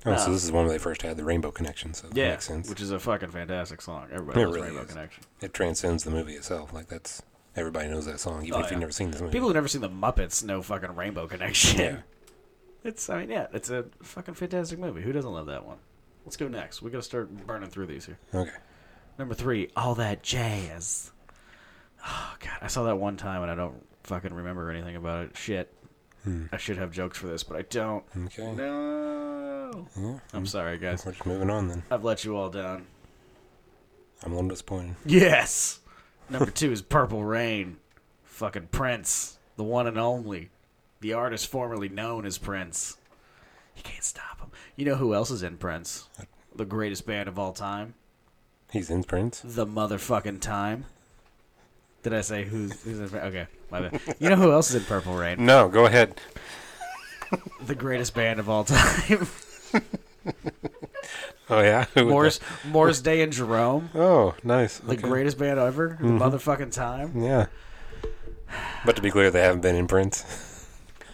Oh, Uh, so this is one where they first had the Rainbow Connection, so that yeah, makes sense. which is a fucking fantastic song. Everybody It loves really Rainbow is. Connection. it transcends the movie itself. Like that's everybody knows that song, even Oh, if yeah. you've never seen this movie. People who've never seen the Muppets know fucking Rainbow Connection. Yeah. [LAUGHS] It's I mean yeah, it's a fucking fantastic movie. Who doesn't love that one? Let's go next. We gotta start burning through these here. okay. Number three, all that jazz. Oh god, I saw that one time and I don't fucking remember anything about it. Shit. Hmm. I should have jokes for this, but I don't. Okay. No. Yeah. I'm sorry, guys. We're just moving on then. I've let you all down. I'm a little disappointed. Yes. Number two is Purple Rain. Fucking Prince, the one and only, the artist formerly known as Prince. You can't stop him. You know who else is in Prince? The greatest band of all time, He's in Prince. the motherfucking time. Did I say who's who's in? Okay, my bad. You know who else is in Purple Rain? No, go ahead. The greatest band of all time, [LAUGHS] Oh yeah. [LAUGHS] Who would Morris Morris Day and Jerome. that- Oh, nice. The Okay. greatest band ever, the motherfucking time. Yeah. But to be clear, they haven't been in Prince.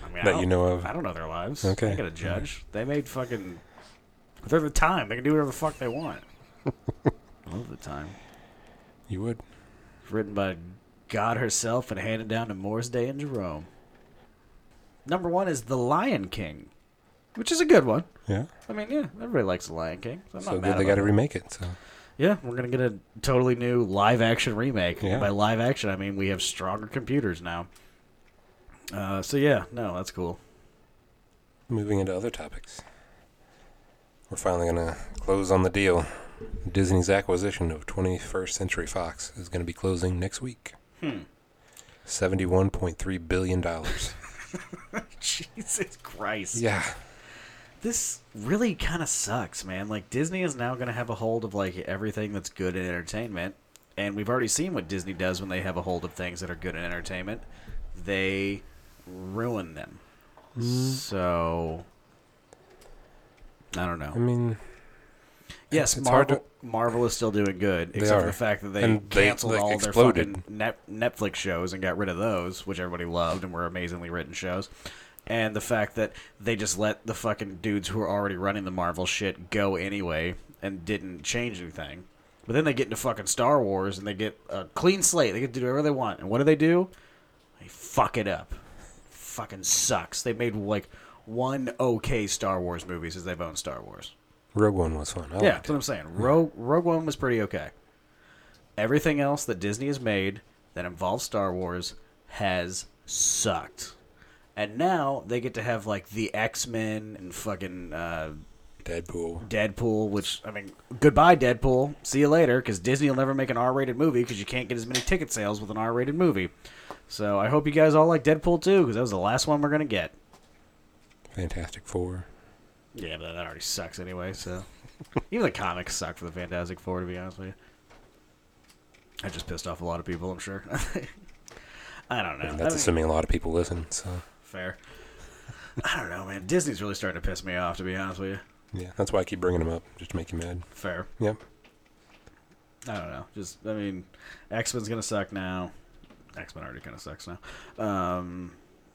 I mean, I That you don't- know of. I don't know their lives. Okay. I got to judge. They made fucking. They're the time. They can do whatever the fuck [LAUGHS] they want. I love the time. [LAUGHS] You would. Written by God herself and handed down to Morris Day and Jerome. Number one is The Lion King, which is a good one. Yeah. I mean, yeah, everybody likes The Lion King. So I'm So not then mad they about got to it. remake it. So Yeah, we're gonna get a totally new live action remake. Yeah. By live action, I mean we have stronger computers now. Uh, so yeah, no, that's cool. [LAUGHS] moving into other topics. We're finally gonna close on the deal. Disney's acquisition of 21st Century Fox is gonna be closing next week. Hmm. 71.3 billion [LAUGHS] dollars. Jesus Christ. yeah. this really kind of sucks, man. Like Disney is now going to have a hold of like everything that's good in entertainment, and we've already seen what Disney does when they have a hold of things that are good in entertainment. They ruin them. So I don't know. I mean, yes, it's hard Marvel Marvel is still doing good, except for are. the fact that they And they, canceled like, all exploded. their fucking net, Netflix shows and got rid of those, which everybody loved and were amazingly written shows. And the fact that they just let the fucking dudes who are already running the Marvel shit go anyway and didn't change anything. But then they get into fucking Star Wars and they get a clean slate. They get to do whatever they want. And what do they do? They fuck it up. Fucking sucks. They made like one okay Star Wars movie since they've owned Star Wars. Rogue One was fun. I Yeah, liked that's what I'm saying. Rogue Rogue One was pretty okay. Everything else that Disney has made that involves Star Wars has sucked. And now they get to have like the X Men and fucking uh, it. Deadpool. Deadpool, which I mean, goodbye Deadpool. See you later, because Disney will never make an R-rated movie because you can't get as many ticket sales with an R-rated movie. So I hope you guys all like Deadpool too, because that was the last one we're gonna get. Fantastic Four. Yeah, but that already sucks anyway, so. [LAUGHS] Even the comics suck for the Fantastic Four, to be honest with you. I just pissed off a lot of people, I'm sure. [LAUGHS] I don't know. And I that's mean, assuming a lot of people listen. So fair. [LAUGHS] I don't know, man. Disney's really starting to piss me off, to be honest with you. yeah, that's why I keep bringing them up, just to make you mad. Fair. Yep. I don't know. Just, I mean, X Men's gonna suck now. X Men already kind of sucks now. Um,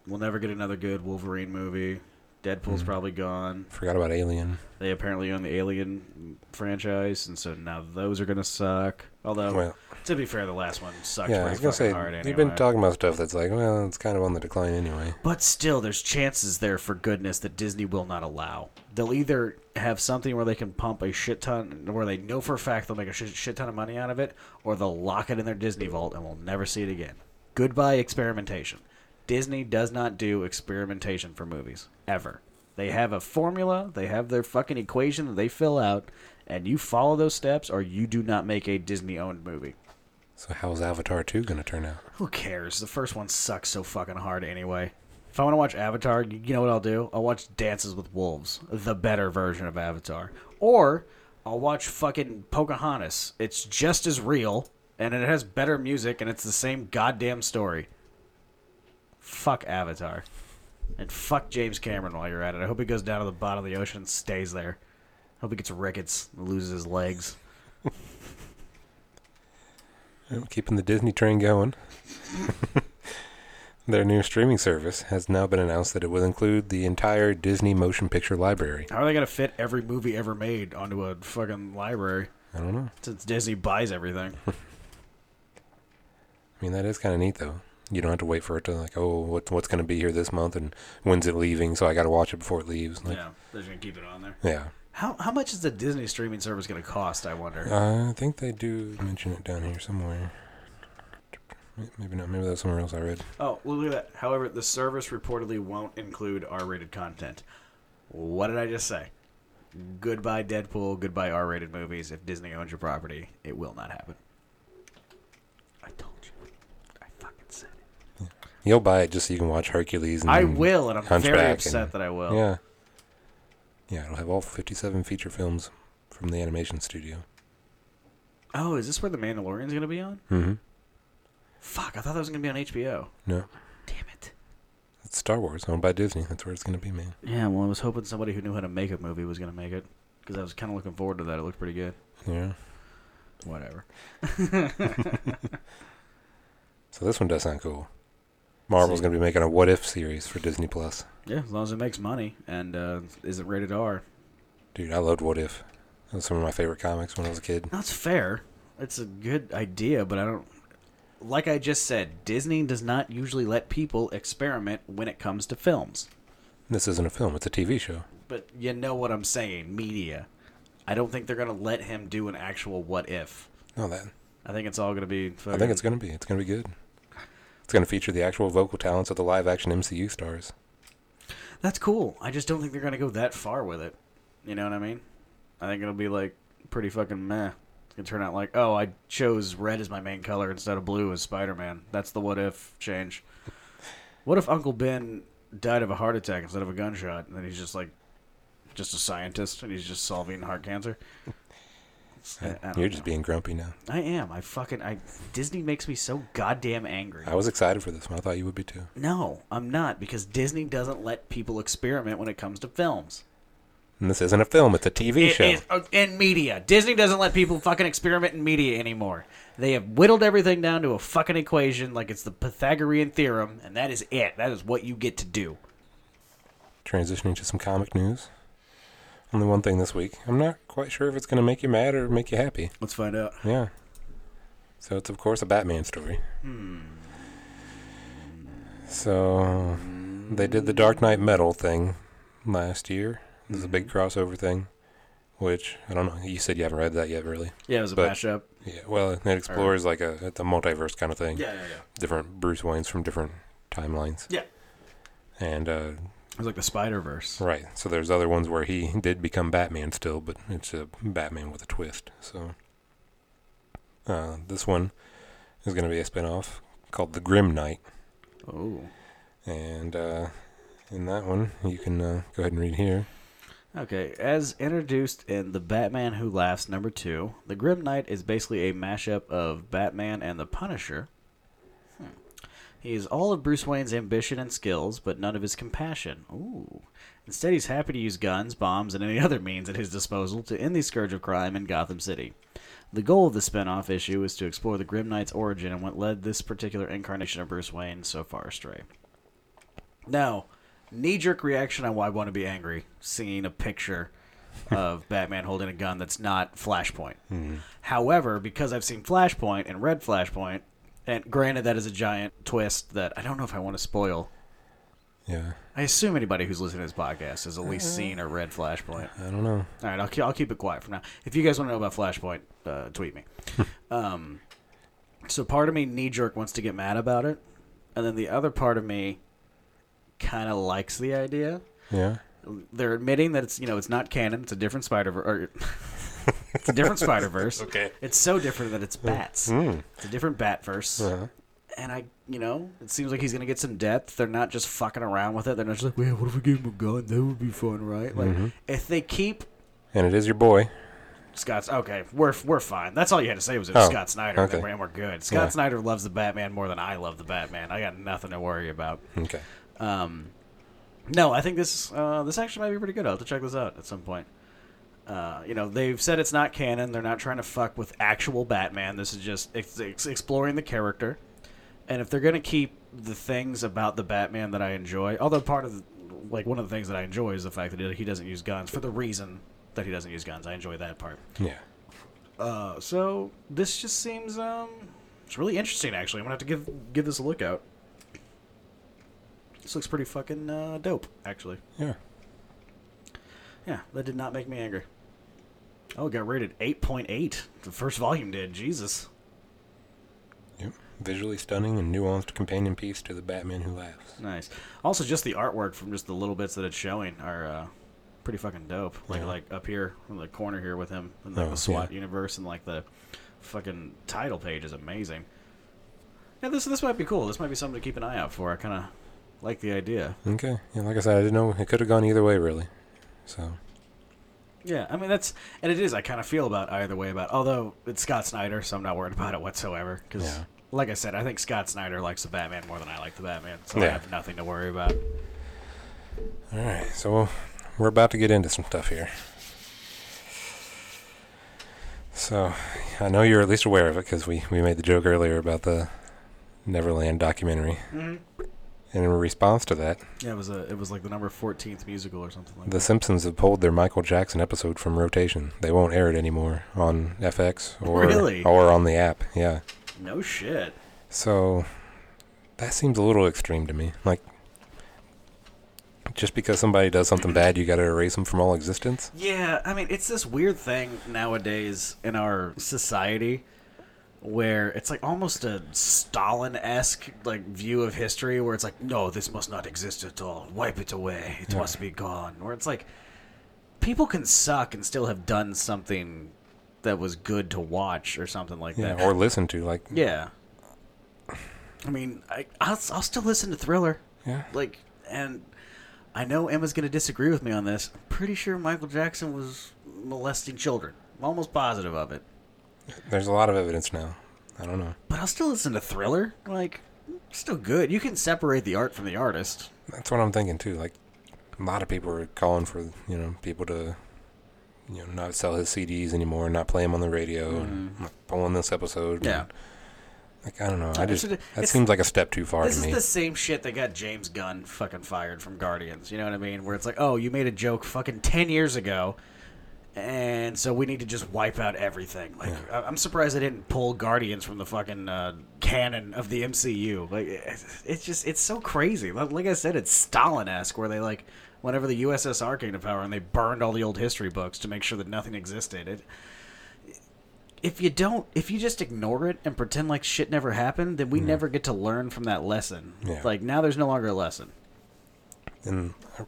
we'll never get another good Wolverine movie. Deadpool's probably gone. Forgot about Alien. They apparently own the Alien franchise, and so now those are gonna suck. Although, Well- to be fair, the last one sucked yeah, I pretty was fucking gonna say hard anyway. you've been talking about stuff that's like, well, it's kind of on the decline anyway. but still, there's chances there for goodness that Disney will not allow. They'll either have something where they can pump a shit ton, where they know for a fact they'll make a shit, shit ton of money out of it, or they'll lock it in their Disney vault and we'll never see it again. Goodbye experimentation. Disney does not do experimentation for movies ever. They have a formula, they have their fucking equation that they fill out, and you follow those steps or you do not make a Disney owned movie. So how's Avatar two gonna turn out? Who cares? The first one sucks so fucking hard anyway. If I want to watch Avatar, you you know what I'll do? I'll watch Dances with Wolves, the better version of Avatar, or I'll watch fucking Pocahontas. It's just as real, and it has better music, and it's the same goddamn story. Fuck Avatar, and fuck James Cameron while you're at it. I hope he goes down to the bottom of the ocean and stays there. I hope he gets rickets, and loses his legs. Well, Keeping the Disney train going. [LAUGHS] Their new streaming service has now been announced that it will include the entire Disney motion picture library. How are they gonna fit every movie ever made onto a fucking library? I don't know. Since Disney buys everything. I mean, that is kind of neat, though. You don't have to wait for it to like, oh, what, what's going to be here this month and when's it leaving? So I got to watch it before it leaves. [LAUGHS] Like, yeah, they're just gonna keep it on there. yeah. How how much is the Disney streaming service gonna cost? I wonder. Uh, I think they do mention it down here somewhere. Maybe not. Maybe that's somewhere else I read. Oh, well, look at that. However, the service reportedly won't include R-rated content. What did I just say? Goodbye Deadpool. Goodbye R-rated movies. If Disney owns your property, it will not happen. I told you. I fucking said it. You'll buy it just so you can watch Hercules. And I will, and I'm very Mm. Hunchback upset and- that I will. Yeah. Yeah, it'll have all 57 feature films from the animation studio. Oh, is this where The Mandalorian's gonna be on? Mm-hmm. Fuck, I thought that was gonna be on HBO. No, Damn it. it's Star Wars, owned by Disney. That's where it's going to be, man. Yeah, well, I was hoping somebody who knew how to make a movie was gonna make it, because I was kind of looking forward to that. It looked pretty good. Yeah. Whatever. So this one does sound cool. Marvel's going to be making a What If series for Disney Plus. Yeah, as long as it makes money and uh, isn't rated R. Dude, I loved What If. That was some of my favorite comics when I was a kid. That's fair. It's a good idea, but I don't. Like I just said, Disney does not usually let people experiment when it comes to films. This isn't a film; it's a TV show. But you know what I'm saying, media. I don't think they're gonna let him do an actual what if. No, that I think it's all gonna be. I think it's going to be. It's going to be good. It's going to feature the actual vocal talents of the live-action MCU stars. That's cool. I just don't think they're gonna go that far with it. You know what I mean? I think it'll be like pretty fucking meh. It's gonna turn out like, oh, I chose red as my main color instead of blue as Spider Man. That's the what if change. What if Uncle Ben died of a heart attack instead of a gunshot, and then he's just like, just a scientist, and he's just solving heart cancer? I, I don't You're just know. being grumpy now. I am. I fucking. I Disney makes me so goddamn angry. I was excited for this one. I thought you would be too. No, I'm not because Disney doesn't let people experiment when it comes to films. And this isn't a film; it's a TV It show. is uh, in media. Disney doesn't let people fucking experiment in media anymore. They have whittled everything down to a fucking equation like it's the Pythagorean theorem, and that is it. That is what you get to do. transitioning to some comic news. Only one thing this week. I'm not quite sure if it's going to make you mad or make you happy. Let's find out. Yeah. So it's of course a Batman story. So they did the Dark Knight Metal thing last year. This is a Mm-hmm. big crossover thing, which I don't know. You said you haven't read that yet, really. Yeah, it was a But- mashup. Yeah. Well, it explores like a it's a multiverse kind of thing. yeah, yeah. Different Bruce Waynes from different timelines. Yeah. And uh, It was like the Spider Verse. Right. So there's other ones where he did become Batman still, but it's a Batman with a twist. So uh, this one is going to be a spinoff called The Grim Knight, Oh. and uh, in that one you can uh, go ahead and read here. Okay, as introduced in The Batman Who Laughs number 2, The Grim Knight is basically a mashup of Batman and the Punisher. Hmm. He is all of Bruce Wayne's ambition and skills, but none of his compassion. Ooh. Instead, he's happy to use guns, bombs, and any other means at his disposal to end the scourge of crime in Gotham City. The goal of the spin-off issue is to explore the Grim Knight's origin and what led this particular incarnation of Bruce Wayne so far astray. Now, knee jerk reaction on why I want to be angry, seeing a picture of Batman holding a gun that's not Flashpoint. Hmm. However, because I've seen Flashpoint and read Flashpoint, and granted that is a giant twist that I don't know if I want to spoil. Yeah. I assume anybody who's listening to this podcast has at least seen or read Flashpoint. I don't know. All right, I'll, ke- I'll keep it quiet for now. If you guys want to know about Flashpoint, uh, tweet me. um, so part of me knee jerk wants to get mad about it, and then the other part of me kind of likes the idea. Yeah. They're admitting that it's you know it's not canon. It's a different Spider Verse. [LAUGHS] It's a different Spider Verse. [LAUGHS] Okay. Hmm. It's so different that it's bats. It's a different Bat verse. Uh-huh. And I, you know, it seems like he's gonna get some depth. They're not just fucking around with it. They're not just like, yeah, what if we gave him a gun? That would be fun, right? Like, Mm-hmm. if they keep And it is your boy. Scott's okay, we're we're fine. That's all you had to say was it Oh, was Scott Snyder, okay. and we're- and we're good. Scott Yeah. Snyder loves the Batman more than I love the Batman. I got nothing to worry about. Okay. Um, no, I think this uh, this actually might be pretty good. I'll have to check this out at some point. Uh, you know, they've said it's not canon. They're not trying to fuck with actual Batman. This is just ex- ex- exploring the character. And if they're gonna keep the things about the Batman that I enjoy, although part of the, like one of the things that I enjoy is the fact that he doesn't use guns for the reason that he doesn't use guns. I enjoy that part. Yeah. Uh, so this just seems um, it's really interesting. Actually, I'm gonna have to give give this a look out. This looks pretty fucking uh, dope. Actually, Yeah. yeah, that did not make me angry. Oh, it got rated 8.8. The first volume did. Jesus. Yep. Visually stunning and nuanced companion piece to the Batman Who Laughs. Nice. Also, just the artwork from just the little bits that it's showing are uh, pretty fucking dope. Like Yeah. like up here in the corner here with him in like, Oh, the SWAT yeah. universe and like the fucking title page is amazing. Yeah, this this might be cool. This might be something to keep an eye out for. I kind of like the idea. Okay. Yeah, like I said, I didn't know it could have gone either way, really. So Yeah, I mean that's and it is. I kind of feel about either way about. Although it's Scott Snyder, so I'm not worried about it whatsoever. Because Yeah. like I said, I think Scott Snyder likes the Batman more than I like the Batman, so I Yeah. have nothing to worry about. all right. So we're about to get into some stuff here. So I know you're at least aware of it because we we made the joke earlier about the Neverland documentary. And in response to that, Yeah, it was a it was like the number 14th musical or something like that. The Simpsons have pulled their Michael Jackson episode from rotation. They won't air it anymore on FX or Really? or on the app. Yeah. No shit. So that seems a little extreme to me. Like just because somebody does something bad, you got to erase them from all existence? Yeah, I mean, it's this weird thing nowadays in our society where it's like almost a Stalin-esque like view of history where it's like no, this must not exist at all. Wipe it away. It must be gone. Where it's like people can suck and still have done something that was good to watch or something like Yeah, that. or listen to like yeah. I mean, I I'll, I'll still listen to Thriller. yeah. like and i know emma's going to disagree with me on this i'm pretty sure michael jackson was molesting children i'm almost positive of it There's a lot of evidence now. I don't know. but i'll still listen to thriller like still good you can separate the art from the artist That's what I'm thinking too. Like a lot of people are calling for, you know, people to you know, not sell his CDs anymore, not play him on the radio, and like, pulling this episode. Mm-hmm. yeah Like I don't know. I It's just a- that it's- seems like a step too far this to is me. the same shit that got james gunn fucking fired from guardians you know what i mean where it's like oh you made a joke fucking 10 years ago and so we need to just wipe out everything. Like, I I'm surprised they didn't pull Guardians from the fucking uh, canon of the MCU. Like, it's it's just it's so crazy. Like like I said, it's Stalin-esque, where they like whenever the USSR came to power and they burned all the old history books to make sure that nothing existed. It, if you don't, if you just ignore it and pretend like shit never happened, then we never get to learn from that lesson. Yeah. Like now, there's no longer a lesson. and I,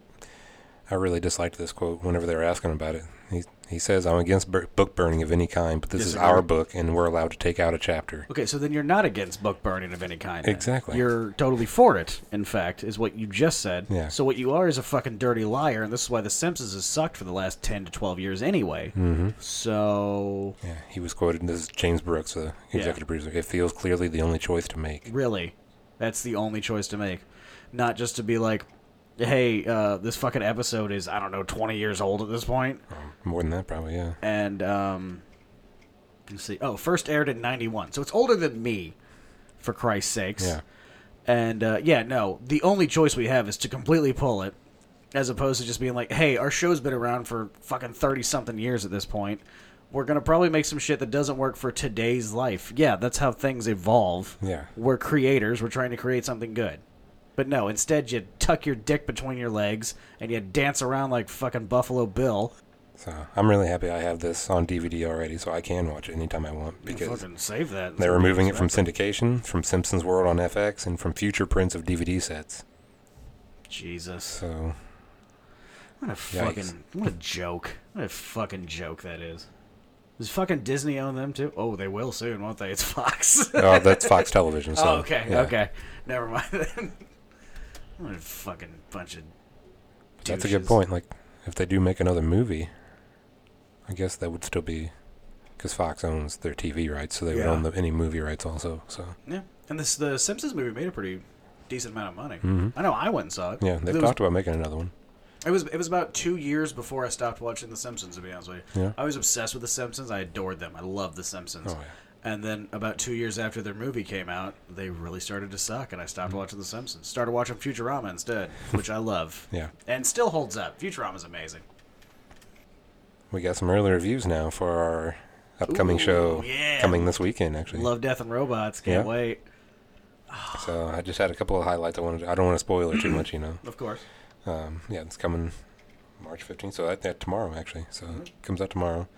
I really disliked this quote whenever they were asking about it. He he says, "I'm against bur- book burning of any kind, but this is Disagree. our book, and we're allowed to take out a chapter." Okay, so then you're not against book burning of any kind. then. Exactly. You're totally for it, in fact, is what you just said. Yeah. So what you are is a fucking dirty liar, and this is why The Simpsons has sucked for the last 10 to 12 years anyway. Mm-hmm. So, Yeah, he was quoted. This is James Brooks, the executive producer. It feels clearly the only choice to make. really, that's the only choice to make. Not just to be like, hey, uh, this fucking episode is, I don't know, 20 years old at this point. Um, More than that, probably. Yeah. and um, let's see. Oh, first aired in '91, so it's older than me, for Christ's sakes. Yeah. And uh, yeah, no, the only choice we have is to completely pull it, as opposed to just being like, "Hey, our show's been around for fucking thirty something years at this point. We're gonna probably make some shit that doesn't work for today's life." Yeah, that's how things evolve. Yeah. We're creators. We're trying to create something good. But no, instead you tuck your dick between your legs and you dance around like fucking Buffalo Bill. So I'm really happy I have this on DVD already, so I can watch it anytime I want because Fucking save that. they're removing it from syndication, from Simpsons World on FX, and from future prints of DVD sets. Jesus. So What a fucking what a joke. What a fucking joke that is. Does fucking Disney own them too? Oh, they will soon, won't they? [LAUGHS] It's Fox. Oh, [LAUGHS] that's Fox Television. So, oh, okay, yeah. okay. Never mind then. [LAUGHS] What a fucking bunch of. That's a good douches. point. Like, if they do make another movie, I guess that would still be because Fox owns their TV rights, so they would Yeah. own the, any movie rights also. So, Yeah, and this the Simpsons movie made a pretty decent amount of money. I know I went and saw it. Mm-hmm. yeah, it they've was, talked about making another one. It was it was about two years before I stopped watching The Simpsons. To be honest with you, Yeah. I was obsessed with The Simpsons. I adored them. I loved The Simpsons. Oh, yeah. And then about two years after their movie came out, they really started to suck, and I stopped Mm-hmm. watching The Simpsons. Started watching [LAUGHS] Futurama instead, which I love. Yeah. and still holds up. Futurama's amazing. We got some early reviews now for our upcoming Ooh, show yeah. coming this weekend, actually. Love Death and Robots. Can't Yeah. wait. So, I just had a couple of highlights I wanted. To, I don't want to spoil [CLEARS THROAT] it too much, you know. Of course. Um, yeah, it's coming March 15th, so that, that tomorrow actually. So Mm-hmm. it comes out tomorrow.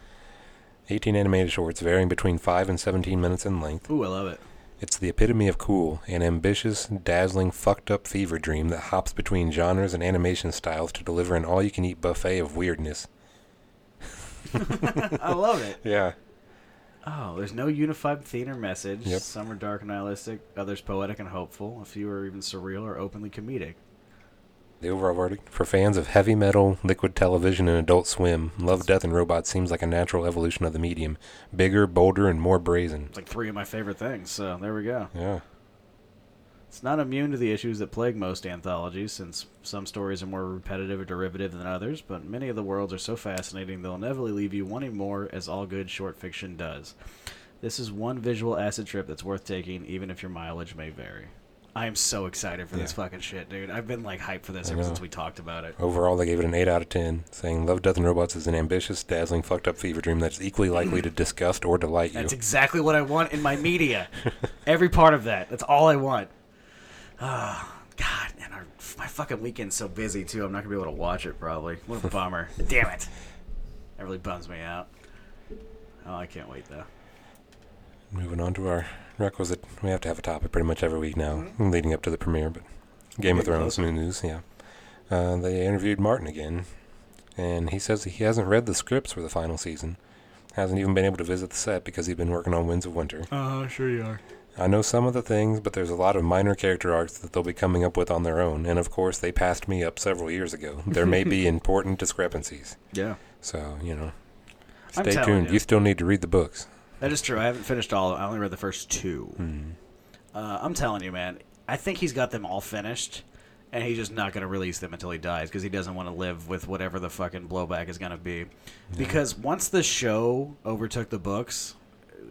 18 animated shorts varying between 5 and 17 minutes in length. Ooh, I love it. [LAUGHS] It's the epitome of cool, an ambitious, dazzling, fucked up fever dream that hops between genres and animation styles to deliver an all you can eat buffet of weirdness. I love it. Yeah. Oh, there's no unified theater message. Yep. Some are dark and nihilistic, others poetic and hopeful, a few are even surreal or openly comedic. The overall verdict for fans of heavy metal, liquid television, and adult swim, Love, Death, and Robots seems like a natural evolution of the medium. Bigger, bolder, and more brazen. It's like three of my favorite things, so there we go. Yeah. It's not immune to the issues that plague most anthologies, since some stories are more repetitive or derivative than others, but many of the worlds are so fascinating they'll inevitably leave you wanting more, as all good short fiction does. This is one visual acid trip that's worth taking, even if your mileage may vary. I am so excited for this Yeah. fucking shit, dude. I've been like hyped for this I ever know. since we talked about it. Overall, they gave it an 8 out of 10, saying Love, Death, and Robots is an ambitious, dazzling, fucked up fever dream that's equally likely to disgust or delight you. That's exactly what I want in my [LAUGHS] media. Every part of that. That's all I want. Oh, God, and our, my fucking weekend's so busy too. I'm not gonna be able to watch it probably. [LAUGHS] What a bummer. Damn it. That really bums me out. Oh, I can't wait though. Moving on to our requisite. We have to have a topic pretty much every week now, Mm-hmm. leading up to the premiere, but Game of Getting Thrones closer. new news, yeah. Uh, they interviewed Martin again, and he says that he hasn't read the scripts for the final season, hasn't even been able to visit the set because he's been working on Winds of Winter. Oh, sure you are. I know some of the things, but there's a lot of minor character arcs that they'll be coming up with on their own, and of course, they passed me up several years [LAUGHS] ago. There may be important discrepancies. Yeah. So, you know, I'm stay telling tuned. you. You. still need to read the books. That is true. I haven't finished all. I only read the first two. Uh, I'm telling you, man. I think he's got them all finished, and he's just not going to release them until he dies because he doesn't want to live with whatever the fucking blowback is going to be. Because once the show overtook the books,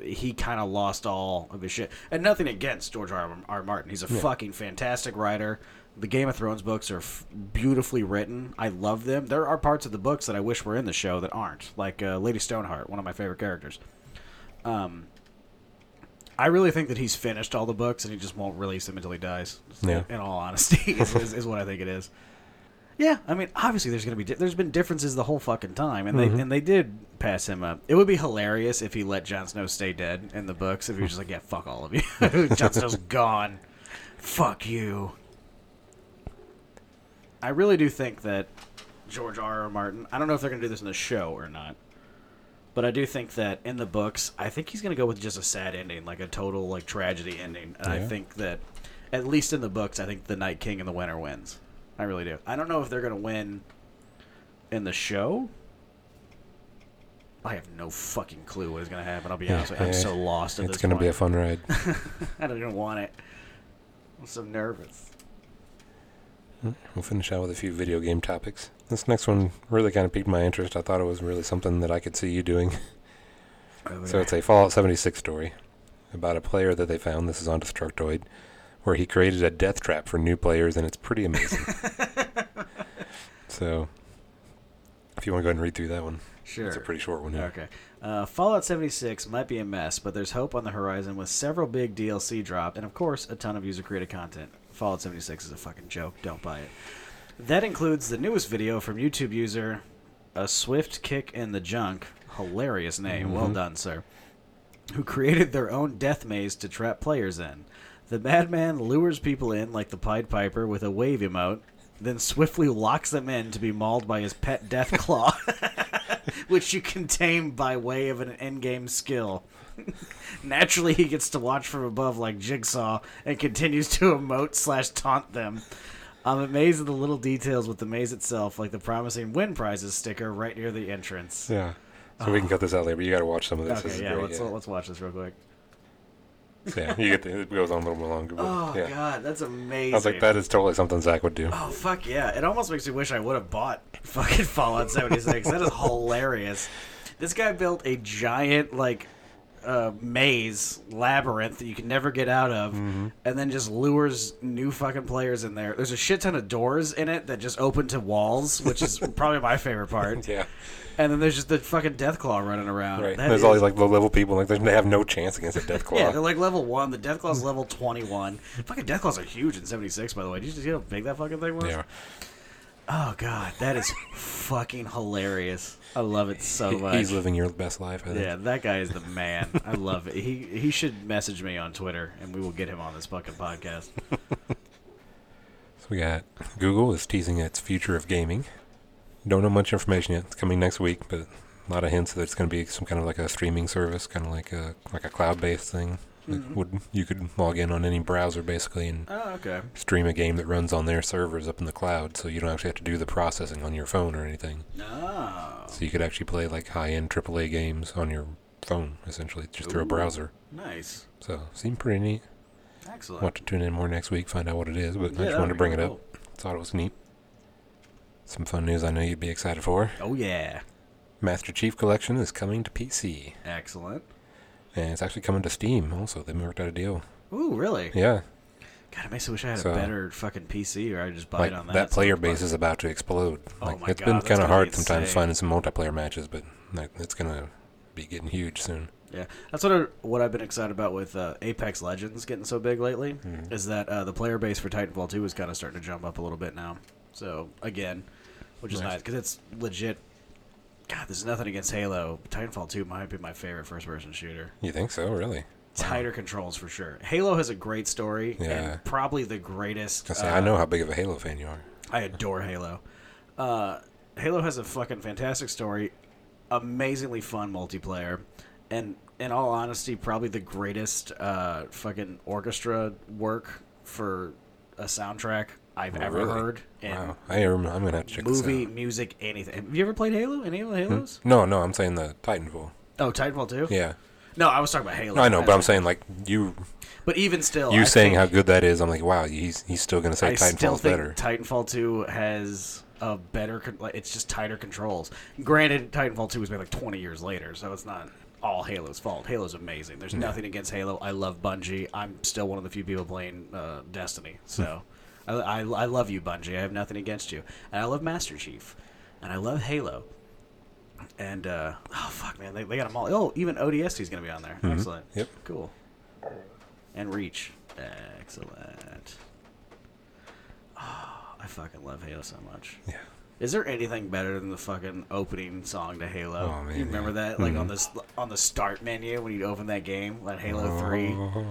he kind of lost all of his shit. And nothing against George R. R. Martin. He's a fucking fantastic writer. The Game of Thrones books are f- beautifully written. I love them. There are parts of the books that I wish were in the show that aren't, like uh, Lady Stoneheart, one of my favorite characters. I really think that he's finished all the books and he just won't release them until he dies. Yeah. In all honesty, [LAUGHS] is, is, is what I think it is. Yeah, I mean, obviously there's gonna be di- there's been differences the whole fucking time, and they and they did pass him up. It would be hilarious if he let Jon Snow stay dead in the books. If he was just like, yeah, fuck all of you, [LAUGHS] Jon Snow's gone, fuck you. I really do think that George R. R. Martin. I don't know if they're gonna do this in the show or not. But I do think that in the books, I think he's going to go with just a sad ending, like a total like tragedy ending. And I Yeah. think that at least in the books, I think the Night King and the Winner wins. I really do. I don't know if they're going to win in the show. I have no fucking clue what is going to happen. I'll be honest. with you. I'm Yeah. so lost at it's this going to point. be a fun ride. [LAUGHS] I don't even want it. I'm so nervous. we'll finish out with a few video game topics. This next one really kind of piqued my interest. I thought it was really something that I could see you [LAUGHS] doing. So it's a Fallout 76 story about a player that they found. This is on Destructoid, where he created a death trap for new players, and it's pretty [LAUGHS] amazing. so if you want to go ahead and read through that one, sure. it's a pretty short one. Yeah. Okay. Uh, Fallout 76 might be a mess, but there's hope on the horizon with several big DLC drop and, of course, a ton of user created content. Fallout 76 is a fucking joke. Don't buy it. That includes the newest video from YouTube user A Swift Kick in the Junk. Hilarious name. Mm-hmm. Well done, sir who created their own death maze to trap players in. The madman lures people in like the Pied Piper with a wave emote, then swiftly locks them in to be mauled by his pet death [LAUGHS] claw. [LAUGHS] which you can tame by way of an endgame skill. [LAUGHS] Naturally, he gets to watch from above like Jigsaw and continues to emote slash taunt them. I'm amazed at the little details with the maze itself, like the promising win prizes sticker right near the entrance. Yeah. So we can cut this out later, but you got to watch some of this. this Okay, is yeah, great, let's let's watch this real quick. yeah. yeah, you get the, it goes on a little bit longer. But Oh yeah. god, that's amazing. I was like, that is totally something Zach would do. Oh fuck yeah! It almost makes me wish I would have bought [LAUGHS] fucking Fallout 76. [LAUGHS] that is hilarious. This guy built a giant like uh, maze labyrinth that you can never get out of, Mm-hmm. and then just lures new fucking players in there. There's a shit ton of doors in it that just open to walls, [LAUGHS] which is probably my favorite part. Yeah, And then there's just the fucking Deathclaw running around. right. That There's is- all these like low level people, like they have no chance against a death claw. [LAUGHS] yeah, they're like level one. The Deathclaw's level twenty-one. [LAUGHS] Fucking Deathclaws are huge in '76, by the way. Did you see how big that fucking thing was? Yeah. Oh god, that is fucking hilarious. I love it so He- much. he's living your best life. I think. yeah, that guy is the man. I love it. He he should message me on Twitter and we will get him on this fucking podcast. So we got Google is teasing its future of gaming. Don't know much information yet. It's coming next week, but a lot of hints that it's going to be some kind of like a streaming service, kind of like a like a cloud-based thing. Like Mm-hmm. would you could log in on any browser basically and Oh, okay. stream a game that runs on their servers up in the cloud, so you don't actually have to do the processing on your phone or anything. Oh, So you could actually play like high-end AAA games on your phone essentially just through a browser. nice. So seemed pretty neat. Excellent. We'll have to tune in more next week, find out what it is, but Yeah, I just that'd wanted to be bring it kinda up. Thought it was neat. Some fun news I know you'd be excited for. cool. Oh yeah. Master Chief Collection is coming to PC. Excellent. And it's actually coming to Steam also. They worked out a deal. Ooh, really? Yeah. God, it makes me wish I had So- a better fucking PC or I'd just buy Like it on that, that. player base is about to explode. Oh like my it's God, been that's kinda gonna be hard sometimes insane. finding some multiplayer matches, but like it's gonna be getting huge soon. Yeah, that's what I, what I've been excited about with uh, Apex Legends getting so big lately. Mm-hmm. Is that uh, the player base for Titanfall Two is kind of starting to jump up a little bit now. So again, which is Nice. nice because it's legit. God, there's nothing against Halo. Titanfall Two might be my favorite first-person shooter. You think so, really? Tighter controls for sure. Halo has a great story Yeah. and probably the greatest. I say uh, I know how big of a Halo fan you are. I adore Halo. Uh, Halo has a fucking fantastic story, amazingly fun multiplayer, and in all honesty, probably the greatest uh, fucking orchestra work for a soundtrack I've ever Really? heard in Wow. I am, I'm gonna have to check movie, this out. music, anything. Have you ever played Halo? Any of the Halos? No, no, I'm saying the Titanfall. Oh, Titanfall 2? Hmm? Yeah. No, I was talking about Halo. No, I know, but I'm saying like you But even still, you I saying think- how good that is, I'm like, wow, he's he's still gonna say I still Titanfall's think better. Titanfall 2 has a better. con- like, It's just tighter controls. Granted, Titanfall 2 was made like 20 years later, so it's not all Halo's fault. Halo's amazing. There's nothing against Halo. I love Bungie. I'm still one of the few people playing uh, [LAUGHS] Destiny, so I, I, I love you, Bungie. I have nothing against you, and I love Master Chief, and I love Halo. And uh, oh fuck, man, they, they got them all. Oh, even ODST is gonna be on there. Excellent. Mm-hmm. Yep. Cool. And Reach. Excellent. Ah, I fucking love Halo so much. Yeah. Is there anything better than the fucking opening song to Halo? Oh, man, you remember that, like on this on the start menu when you open that game, like Halo Three. Uh-huh.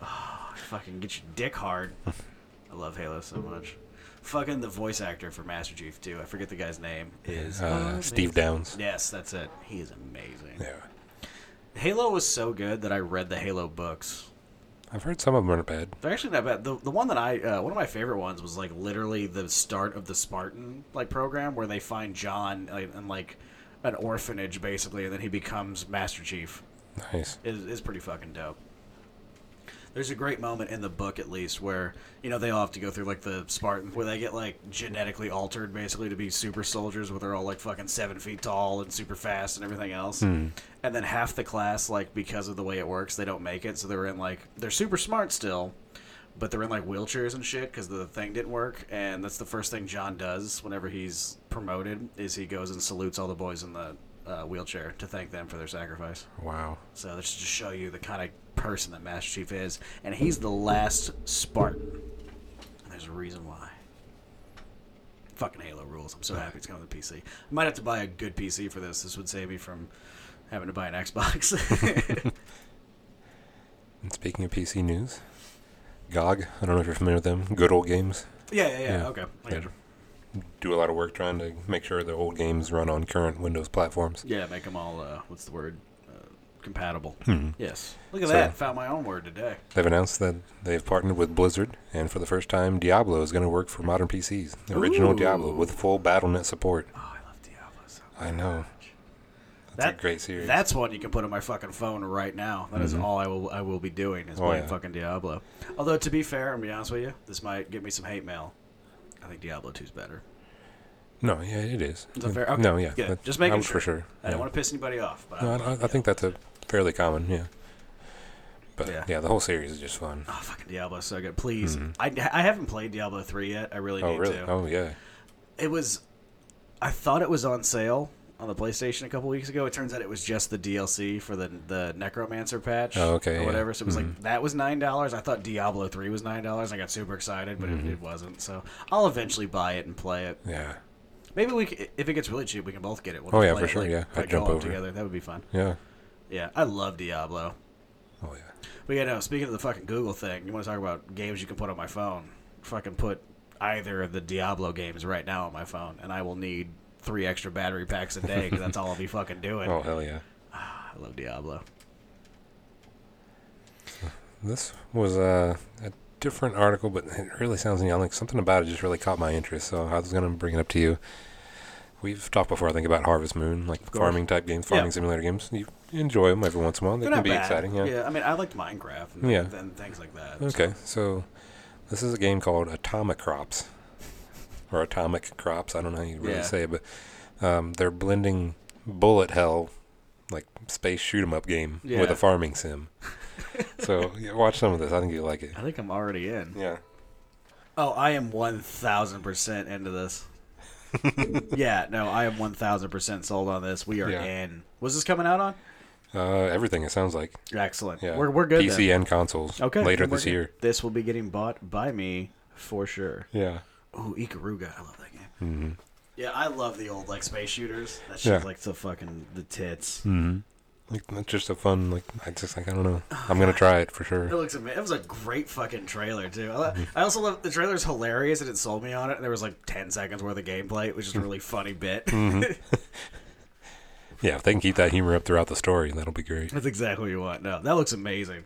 Oh, fucking get your dick hard. I love Halo so much. Fucking the voice actor for Master Chief too. I forget the guy's name. Is Uh, Steve Downs. yes, that's it. He is amazing. Yeah. Halo was so good that I read the Halo books. I've heard some of them are bad. They're actually not bad. The, the one that I uh, one of my favorite ones was like literally the start of the Spartan like program where they find John like, in like an orphanage basically, and then he becomes Master Chief. Nice. Is is pretty fucking dope. There's a great moment in the book at least where you know they all have to go through like the Spartan where they get like genetically altered basically to be super soldiers where they're all like fucking seven feet tall and super fast and everything else. And then half the class like because of the way it works they don't make it so they're in like they're super smart still. But they're in like wheelchairs and shit because the thing didn't work, and that's the first thing John does whenever he's promoted is he goes and salutes all the boys in the uh, wheelchair to thank them for their sacrifice. Wow. So that's just to show you the kind of person that Master Chief is, and he's the last Spartan. And there's a reason why. Fucking Halo rules. I'm so happy it's coming to PC. I might have to buy a good PC for this. This would save me from having to buy an Xbox. [LAUGHS] And speaking of PC news, GOG, I don't know if you're familiar with them, Good Old Games. yeah, yeah, yeah, Yeah. Okay, I got you. do a lot of work trying to make sure the old games run on current Windows platforms. Yeah, make them all. Uh, what's the word? Uh, compatible. Yes. Look at So- that. Found my own word today. They've announced that they've partnered with Blizzard, and for the first time, Diablo is going to work for modern PCs. The original Diablo with full BattleNet support. Oh, I love Diablo so I know. That's That- a great series. Mm-hmm. That's one you can put on my fucking phone right now. That is all I will I will be doing is Oh, playing yeah. fucking Diablo. Although to be fair, I'm gonna be honest with you, this might get me some hate mail. I think Diablo 2's better. no, yeah, it is. Is that fair? Okay. No, yeah. Good. that- Just making I'm sure. For sure. I don't yeah. want to piss anybody off, but No, I, I, I think that's a fairly common, yeah. But Yeah. yeah, the whole series is just fun. oh, fucking Diablo's so good. Please, I, I haven't played Diablo 3 yet. I really Mm-hmm. Oh, need really? to. Oh, yeah. It was, I thought it was on sale on the PlayStation a couple weeks ago. It turns out it was just the DLC for the the Necromancer patch Oh, okay, or yeah. whatever. So it was like that was nine dollars. I thought Diablo three was nine dollars. I got super excited, but Mm-hmm. it, it wasn't. So I'll eventually buy it and play it. Yeah. Maybe we c- if it gets really cheap, we can both get it. We'll Oh, just yeah, play for it, sure, like, yeah. I'd like, jump co-op over. together. That would be fun. Yeah. Yeah, I love Diablo. Oh, yeah. But you know, speaking of the fucking Google thing, you want to talk about games you can put on my phone? Fucking put either of the Diablo games right now on my phone, and I will need three extra battery packs a day because that's all I'll be fucking [LAUGHS] doing. Oh, hell yeah. I love Diablo. This was uh, a different article, but it really sounds neon. Like something about it just really caught my interest, so I was going to bring it up to you. We've talked before, I think, about Harvest Moon, like course. farming type games, farming Yeah. simulator games. You enjoy them every once in a while. They They're can not be bad. exciting. Yeah. I mean, I liked Minecraft and, Yeah. and things like that. Okay, so this is a game called Atomic Crops, or Atomic Crops. I don't know how you really Yeah. say it, but um, they're blending bullet hell, like space shoot 'em up game, with Yeah. a farming [LAUGHS] sim. so yeah, watch some of this. I think you'll like it. I think I'm already in. Yeah. Oh, I am 1000% [LAUGHS] into this. yeah, no, I am 1000% sold on this. We are Yeah. in. Was this coming out on? Uh, everything it sounds like. Excellent. Yeah. We're, we're good. then. PC and consoles. Okay. Later then we're this good. year. This will be getting bought by me for sure. Yeah. Ooh, Ikaruga. I love that game. Mm-hmm. Yeah, I love the old like space shooters. That shit's Yeah. Mm. like the fucking the tits. Like that's just a fun like I just like I don't know. I'm [SIGHS] gonna try it for It sure. looks amazing. It was a great fucking trailer too. I, lo- Mm-hmm. I also love the trailer's hilarious and it sold me on it. And there was like ten seconds worth of gameplay, which Mm. is a really funny bit. Mm-hmm. Yeah, if they can keep that humor up throughout the story, that'll be great. [LAUGHS] That's exactly what you want. No, that looks amazing.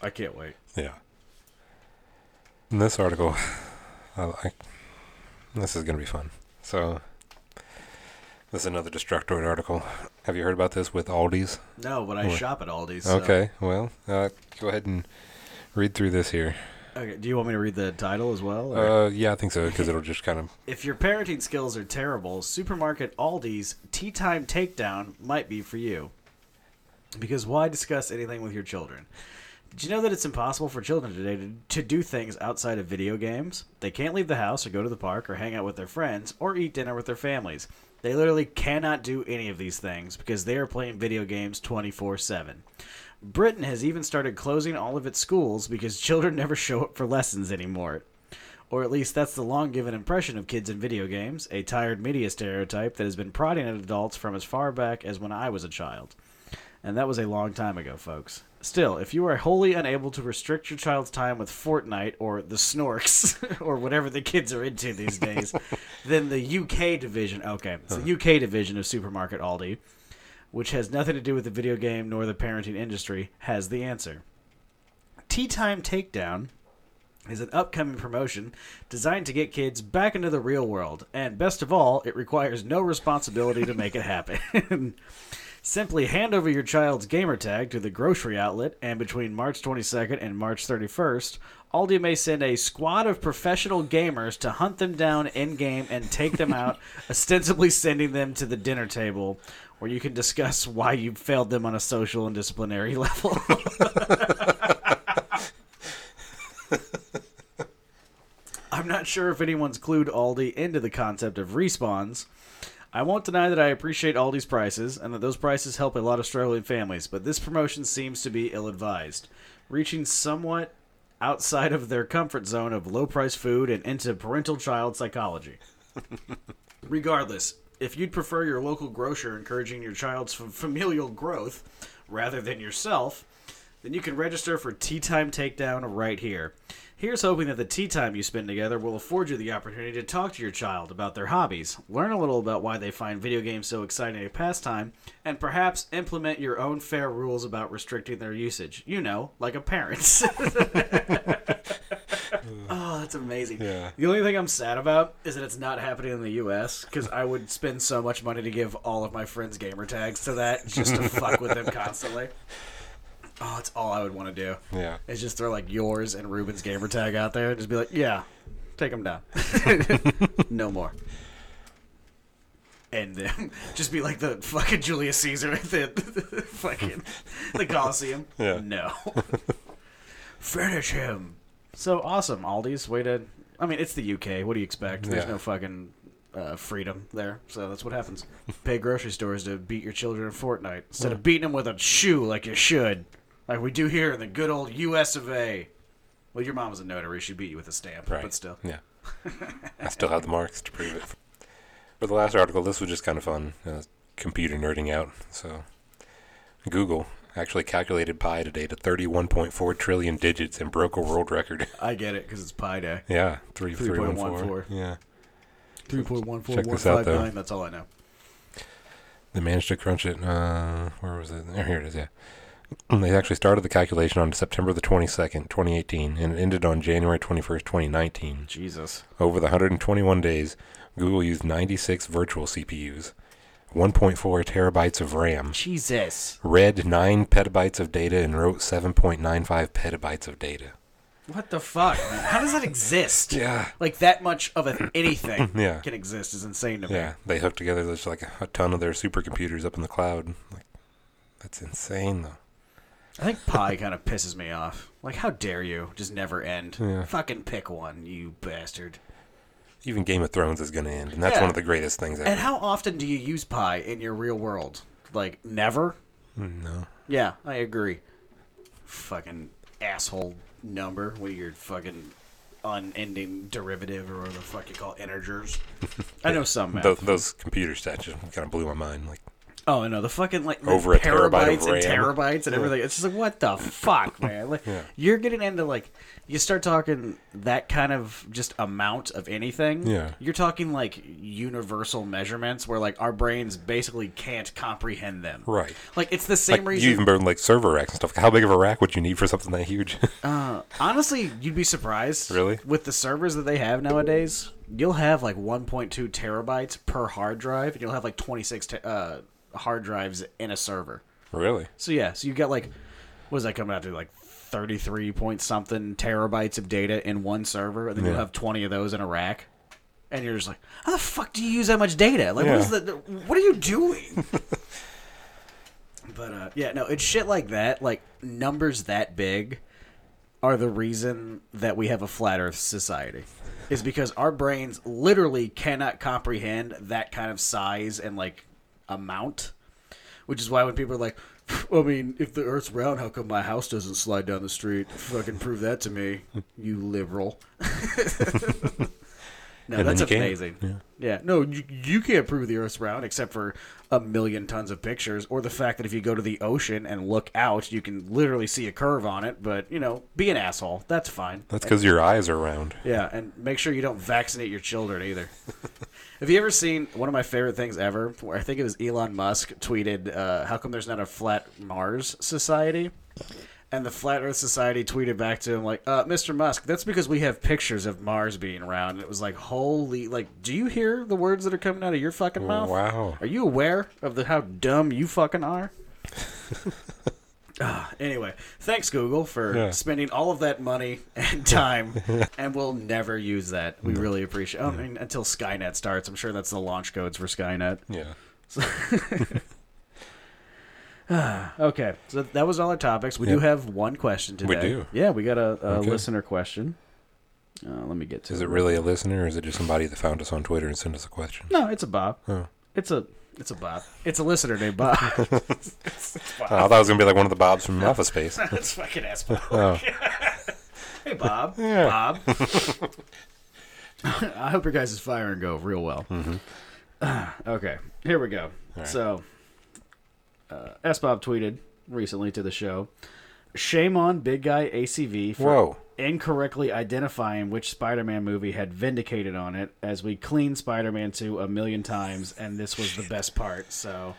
I can't wait. Yeah. In this article, [LAUGHS] I, I, this is going to be fun. So, this is another Destructoid article. Have you heard about this with Aldi's? No, but I What? shop at Aldi's. so- Okay, well, uh, go ahead and read through this here. Okay. Do you want me to read the title as well? or- Uh, yeah, I think so, because it'll just kind of. If your parenting skills are terrible, supermarket Aldi's tea time takedown might be for you. Because why discuss anything with your children? Did you know that it's impossible for children today to, to do things outside of video games? They can't leave the house or go to the park or hang out with their friends or eat dinner with their families. They literally cannot do any of these things because they are playing video games 24 7. Britain has even started closing all of its schools because children [LAUGHS] never show up for lessons anymore. Or at least that's the long given impression of kids in video games, a tired media stereotype that has been prodding at adults from as far back as when I was a child. And that was a long time ago, folks. Still, if you are wholly unable to restrict your child's time with Fortnite or the Snorks [LAUGHS] or whatever the kids are into these days, then the UK division, okay, it's the UK division of Supermarket Aldi, which has nothing to do with the video game nor the parenting industry, has the answer. Tea Time Takedown is an upcoming promotion designed to get kids back into the real world, and best of all, it requires no responsibility to make it happen. [LAUGHS] Simply hand over your child's gamer tag to the grocery outlet, and between March 22nd and March 31st, Aldi may send a squad of professional gamers to hunt them down in game and take them out, ostensibly sending them to the dinner table, where you can discuss why you failed them on a social and disciplinary [LAUGHS] level. I'm not sure if anyone's clued Aldi into the concept of respawns. I won't deny that I appreciate Aldi's prices and that those prices help a lot of struggling families, but this promotion seems to be ill advised. Reaching somewhat outside of their comfort zone of low price food and into parental child psychology. Regardless, if you'd prefer your local grocer encouraging your child's f- familial growth rather than yourself, then you can register for Tea Time Takedown right here. Here's hoping that the tea time you spend together will afford you the opportunity to talk to your child about their hobbies, learn a little about why they find video games so exciting a pastime, and perhaps implement your own fair rules about restricting their usage. You know, like a parent. [LAUGHS] oh, that's amazing. Yeah. The only thing I'm sad about is that it's not happening in the U.S. because I would spend so much money to give all of my friends gamer tags to that [LAUGHS] just to fuck with them constantly. Oh, it's all I would want to do. Yeah. Is just throw like yours and Ruben's gamer tag out there and just be like, yeah, take [LAUGHS] them down. no more. And then [LAUGHS] just be like the fucking Julius Caesar [LAUGHS] at the, the fucking the Colosseum. Yeah. No. Finish him. So awesome, Aldi's way to. I mean, it's the UK. What do you expect? There's Yeah. no fucking uh, freedom there, so that's what [LAUGHS] happens. Pay grocery stores to beat your children in Fortnite instead of beating them with a shoe like you should, like we do here in the good old U.S. of A. Well, your mom was a notary; she beat you with a stamp, Right. but still. [LAUGHS] Yeah. I still have the marks to prove it. For the last article, this was just kind of fun. Uh, computer nerding out. So, Google actually calculated pi today to 31.4 trillion digits and broke a world record. [LAUGHS] I get it because it's Pi Day. yeah, three, 3.14. Yeah. Three point one four Check one this out, five though. nine. That's all I know. They managed to crunch it. Uh, where was it? There, here it is. Yeah, [CLEARS THROAT] they actually started the calculation on September the twenty second, twenty eighteen, and it ended on January twenty first, twenty nineteen. Jesus. Over the hundred and twenty one days, Google used ninety six virtual CPUs, one point four terabytes of RAM, Jesus. read nine petabytes of data, and wrote seven point nine five petabytes of data. What the fuck? man? How does that [LAUGHS] exist? Yeah. Like that much of a, anything [LAUGHS] Yeah. can exist is insane to me. Yeah, they hooked together there's like a ton of their supercomputers up in the cloud. Like, that's insane though. I think pie kind of pisses me off. Like, how dare you? Just never end. Fucking pick one, you bastard. Even Game of Thrones is going to end, and that's Yeah. one of the greatest things ever. And how often do you use pie in your real world? Like, never? no. Yeah, I agree. Fucking asshole number with your fucking unending derivative or whatever the fuck you call integers. I know some math. Those, those computer stats just kind of blew my mind. Like, Oh I know the fucking like the Over a terabyte of terabytes and RAM. terabytes and everything. It's just like [LAUGHS] what the fuck, man. Like you're getting into like you start talking that kind of just amount of anything. Yeah. You're talking like universal measurements where like our brains basically can't comprehend them. Right. Like it's the like same you reason even burned like server racks and stuff. How big of a rack would you need for something that [LAUGHS] huge? Uh, honestly, you'd be surprised. Really? With the servers that they have nowadays, you'll have like 1.2 terabytes per hard drive, and you'll have like 26 te- uh, hard drives in a server. really? So yeah, so you got like, what is that coming out to like 33 point something terabytes of data in one server, and then you'll have 20 of those in a rack. And you're just like, how the fuck do you use that much data? Like, Yeah. what is the, what are you doing? but uh, yeah, no, it's shit like that. Like numbers that big are the reason that we have a flat Earth society, is because our brains literally cannot comprehend that kind of size and like amount which is why when people are like, I mean, if the Earth's round, how come my house doesn't slide down the street? Fucking prove that to me, you [LAUGHS] liberal. no, And then that's you can't. amazing. Yeah. no, you, you can't prove the Earth's round except for a million tons of pictures, or the fact that if you go to the ocean and look out, you can literally see a curve on it. But you know, be an asshole. That's fine. That's because your eyes are round. Yeah, and make sure you don't vaccinate your children either. Have you ever seen one of my favorite things ever? Where I think it was Elon Musk tweeted, uh, "How come there's not a flat Mars society?" And the Flat Earth Society tweeted back to him like, uh, "Mr. Musk, that's because we have pictures of Mars being round." And it was like, "Holy! Like, do you hear the words that are coming out of your fucking mouth? Wow. Are you aware of the how dumb you [LAUGHS] fucking are?" Ah, anyway, thanks Google for Yeah. spending all of that money and [LAUGHS] time, and we'll never use that. We really appreciate. Oh, I mean, until Skynet starts, I'm sure that's the launch codes for Skynet. Yeah. Okay, so that was all our topics. We do Yeah. have one question today. do. Yeah, we got a, a Okay. listener question. Uh, let me get to Is it really a listener, or is it just somebody that found us on Twitter and sent us a question? No, it's a Bob. Oh. It's a it's a Bob. It's a listener [LAUGHS] named Bob. Oh, I thought it was gonna be like one of the Bobs from Office [LAUGHS] Space. That's fucking ass Bob. [LAUGHS] Oh. [LAUGHS] Hey Bob. Yeah. [LAUGHS] Bob. I hope your guys' fire and go real well. Mm-hmm. [CLEARS THROAT] okay, here we go. So, uh, S Bob tweeted recently to the show. Shame on Big Guy ACV for Whoa. incorrectly identifying which Spider Man movie had Vindicated on it, as we cleaned Spider Man 2 a million times, and this was the best part. So,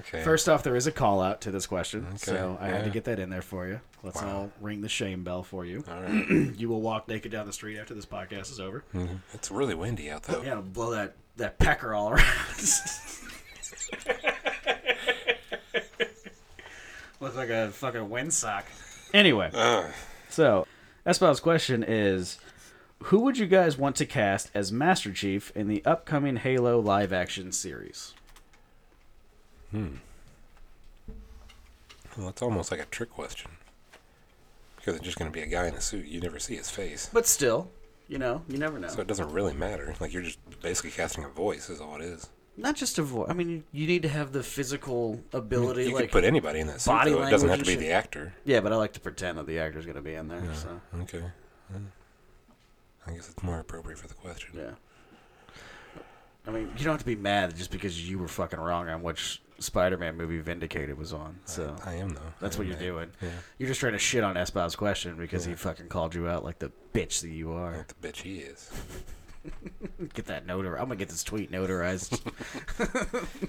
Okay. first off, there is a call out to this question. So, I had to yeah. get that in there for you. Let's all ring the shame bell for you. All right. Hmm. You will walk naked down the street after this podcast is over. It's really windy out though. Yeah, it'll blow that, that pecker all around. [LAUGHS] Looks like a fucking windsock. Anyway, so Espal's question is Who would you guys want to cast as Master Chief in the upcoming Halo live action series? Well, it's almost like a trick question because it's just going to be a guy in a suit. You never see his face, But still, you know, you never know. so it doesn't really matter. Like you're just basically casting a voice, is all it is. Not just a voice. I mean, you need to have the physical ability. You like, could put anybody in that suit. body Though. It doesn't have to language be and the shit. actor. yeah, but I like to pretend that the actor's going to be in there. So, Okay. Mm. I guess it's more appropriate for the question. yeah. I mean, you don't have to be mad just because you were fucking wrong on which Spider Man movie Vindicated was on. So, I am though. That's I what am you're the- doing. Yeah. You're just trying to shit on Espal's question because he fucking called you out like the bitch that you are. Like the bitch he is. Get that notar. I'm gonna get this tweet notarized.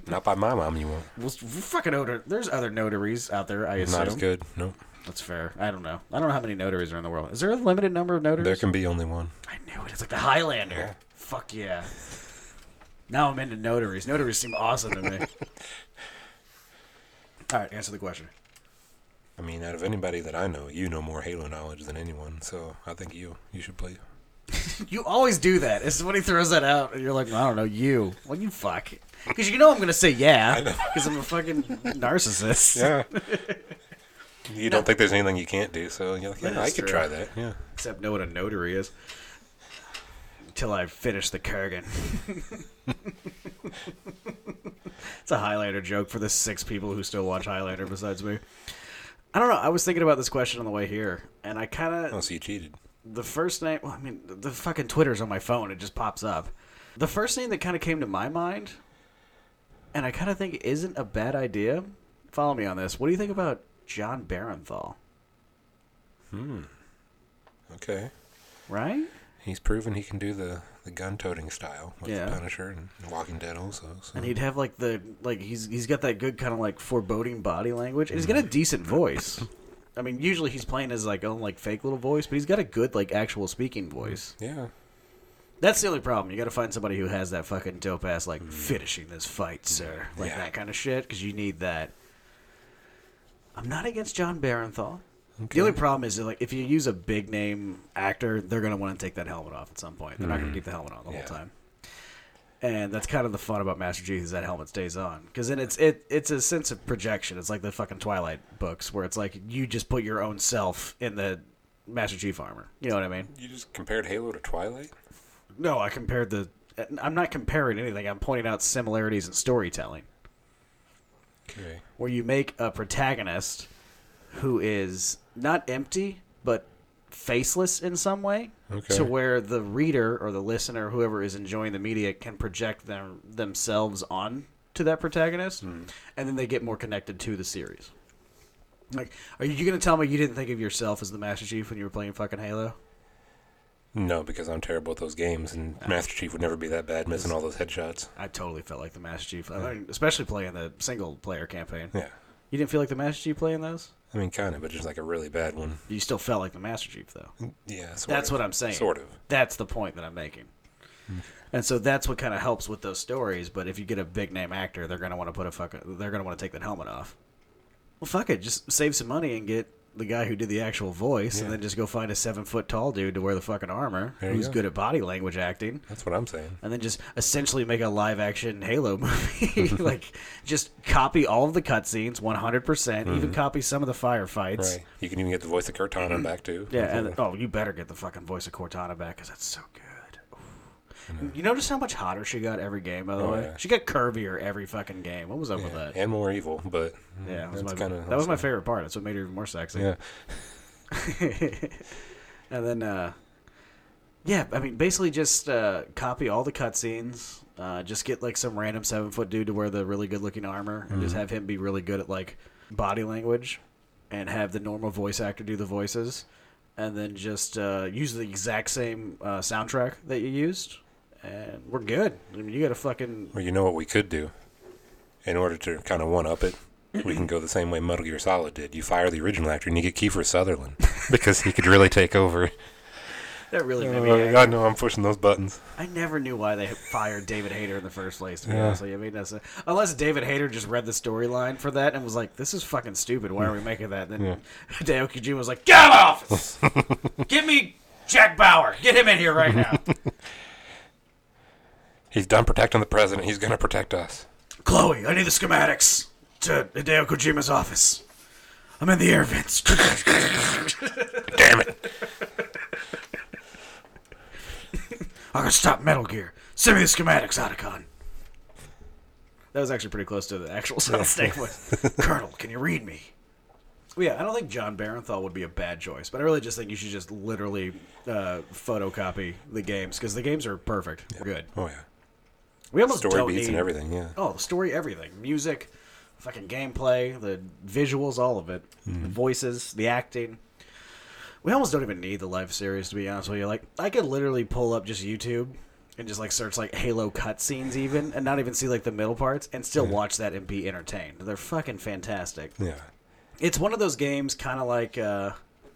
[LAUGHS] Not by my mom. You won't. we'll s- fucking notar. There's other notaries out there. I assume Not as good. Nope. that's fair. I don't know. I don't know how many notaries are in the world. Is there a limited number of notaries? There can be only one. I knew it. It's like the Highlander. Fuck yeah. Now I'm into notaries. Notaries seem awesome to me. All right, answer the question. I mean, out of anybody that I know, you know more Halo knowledge than anyone. So I think you you should play. You always do that. It's when he throws that out, and you're like, well, I don't know, you. Well, you fuck. Because you know I'm going to say yeah. Because I'm a fucking narcissist. [LAUGHS] Yeah. you don't think there's anything you can't do, so you're like, yeah, I That's could true. try that. Yeah. Except know what a notary is. Until I finish the Kurgan. [LAUGHS] it's a Highlander joke for the six people who still watch Highlander besides me. I don't know. I was thinking about this question on the way here, and I kind of. Oh, so you cheated. the first name well i mean the- the fucking twitter's on my phone it just pops up the first name that kind of came to my mind and i kind of think isn't a bad idea follow me on this what do you think about john barenthal Okay. right He's proven he can do the, the gun toting style with Yeah. the Punisher and Walking Dead also. So. and he'd have like the like he's he's got that good kind of like foreboding body language and he's got a decent voice i mean usually he's playing his like own like fake little voice but he's got a good like actual speaking voice yeah. that's the only problem you gotta find somebody who has that fucking dope ass like finishing this fight sir like Yeah. that kind of shit because you need that I'm not against John Barenthal. The only problem is that, like if you use a big name actor, they're gonna want to take that helmet off at some point. They're not gonna keep the helmet on the Mm-hmm. Yeah. whole time. And that's kind of the fun about Master Chief is that helmet stays on because then it's it it's a sense of projection. It's like the fucking Twilight books where it's like you just put your own self in the Master Chief armor. You know what I mean? You just compared Halo to Twilight? No, I compared the. I'm not comparing anything. I'm pointing out similarities in storytelling. Okay. where you make a protagonist who is not empty but faceless in some way Okay. to where the reader or the listener whoever is enjoying the media can project them themselves on to that protagonist and then they get more connected to the series like are you going to tell me you didn't think of yourself as the master chief when you were playing fucking halo No, because I'm terrible at those games, and Ah. Master Chief would never be that bad missing all those headshots. i totally felt like the master chief I mean, especially playing the single player campaign Yeah. you didn't feel like the master chief playing those I mean, kind of, but just like a really bad one. you still felt like the master chief though Yeah. Sort That's of. what I'm saying. Sort of. That's the point that I'm making. Mm. And so that's what kind of helps with those stories. But if you get a big name actor, they're gonna want to put a fuck. They're gonna want to take that helmet off. Well, fuck it. Just save some money and get the guy who did the actual voice, and then just go find a seven foot tall dude to wear the fucking armor There you who's go. good at body language acting, That's what I'm saying. and then just essentially make a live action [LAUGHS] Halo [LAUGHS] movie. like, just copy all of the cutscenes 100, percent even copy some of the firefights. Mm-hmm. Right. You can even get the voice of Cortana back, too. [CLEARS THROAT] Yeah, and oh, you better get the fucking voice of Cortana back because that's so good. Ooh. You notice how much hotter she got every game, by the Oh, way. yeah. She got curvier every fucking game. What was up with Yeah, that? and more evil, but Yeah, that was, that's my, kinda that was my awesome. favorite part. That's what made her even more sexy. yeah, and then, uh, yeah, I mean, basically just uh, copy all the cutscenes. Uh, just get like some random seven foot dude to wear the really good looking armor, and just have him be really good at like body language. and have the normal voice actor do the voices, and then just uh, use the exact same uh, soundtrack that you used, and we're good. I mean, you got to fucking Well, you know what we could do? In order to kind of one up it, we can go the same way Metal Gear Solid did. You fire the original actor and you get Kiefer [LAUGHS] Sutherland because he could really take over. that really made me. Oh, angry. God, no, I'm pushing those buttons. I never knew why they fired David Hayter in the first place. To be honest with you, I mean, that's unless David Hayter just read the storyline for that and was like, "This is fucking stupid. Why are we making that?" then [LAUGHS] Hideo Kojima was like, "Get out of office. Give me Jack Bauer. Get him in here right now. He's done protecting the president. He's going to protect us. Chloe, I need the schematics to Hideo Kojima's office. I'm in the air vents. [LAUGHS] Damn it. I gotta stop Metal Gear. Send me the schematics, Otacon. That was actually pretty close to the actual soundstage. was. [LAUGHS] Colonel, can you read me? Well, yeah, I don't think John Barenthal would be a bad choice, but I really just think you should just literally uh, photocopy the games because the games are perfect. We're good. Oh, yeah. We almost Story don't beats and need- everything, yeah. Oh, the story, everything, music, fucking gameplay, the visuals, all of it, the voices, the acting. We almost don't even need the live series to be honest with you. Like, I could literally pull up just YouTube and just like search like Halo cutscenes even, and not even see like the middle parts, and still watch that and be entertained. They're fucking fantastic. Yeah. It's one of those games, kind of like uh,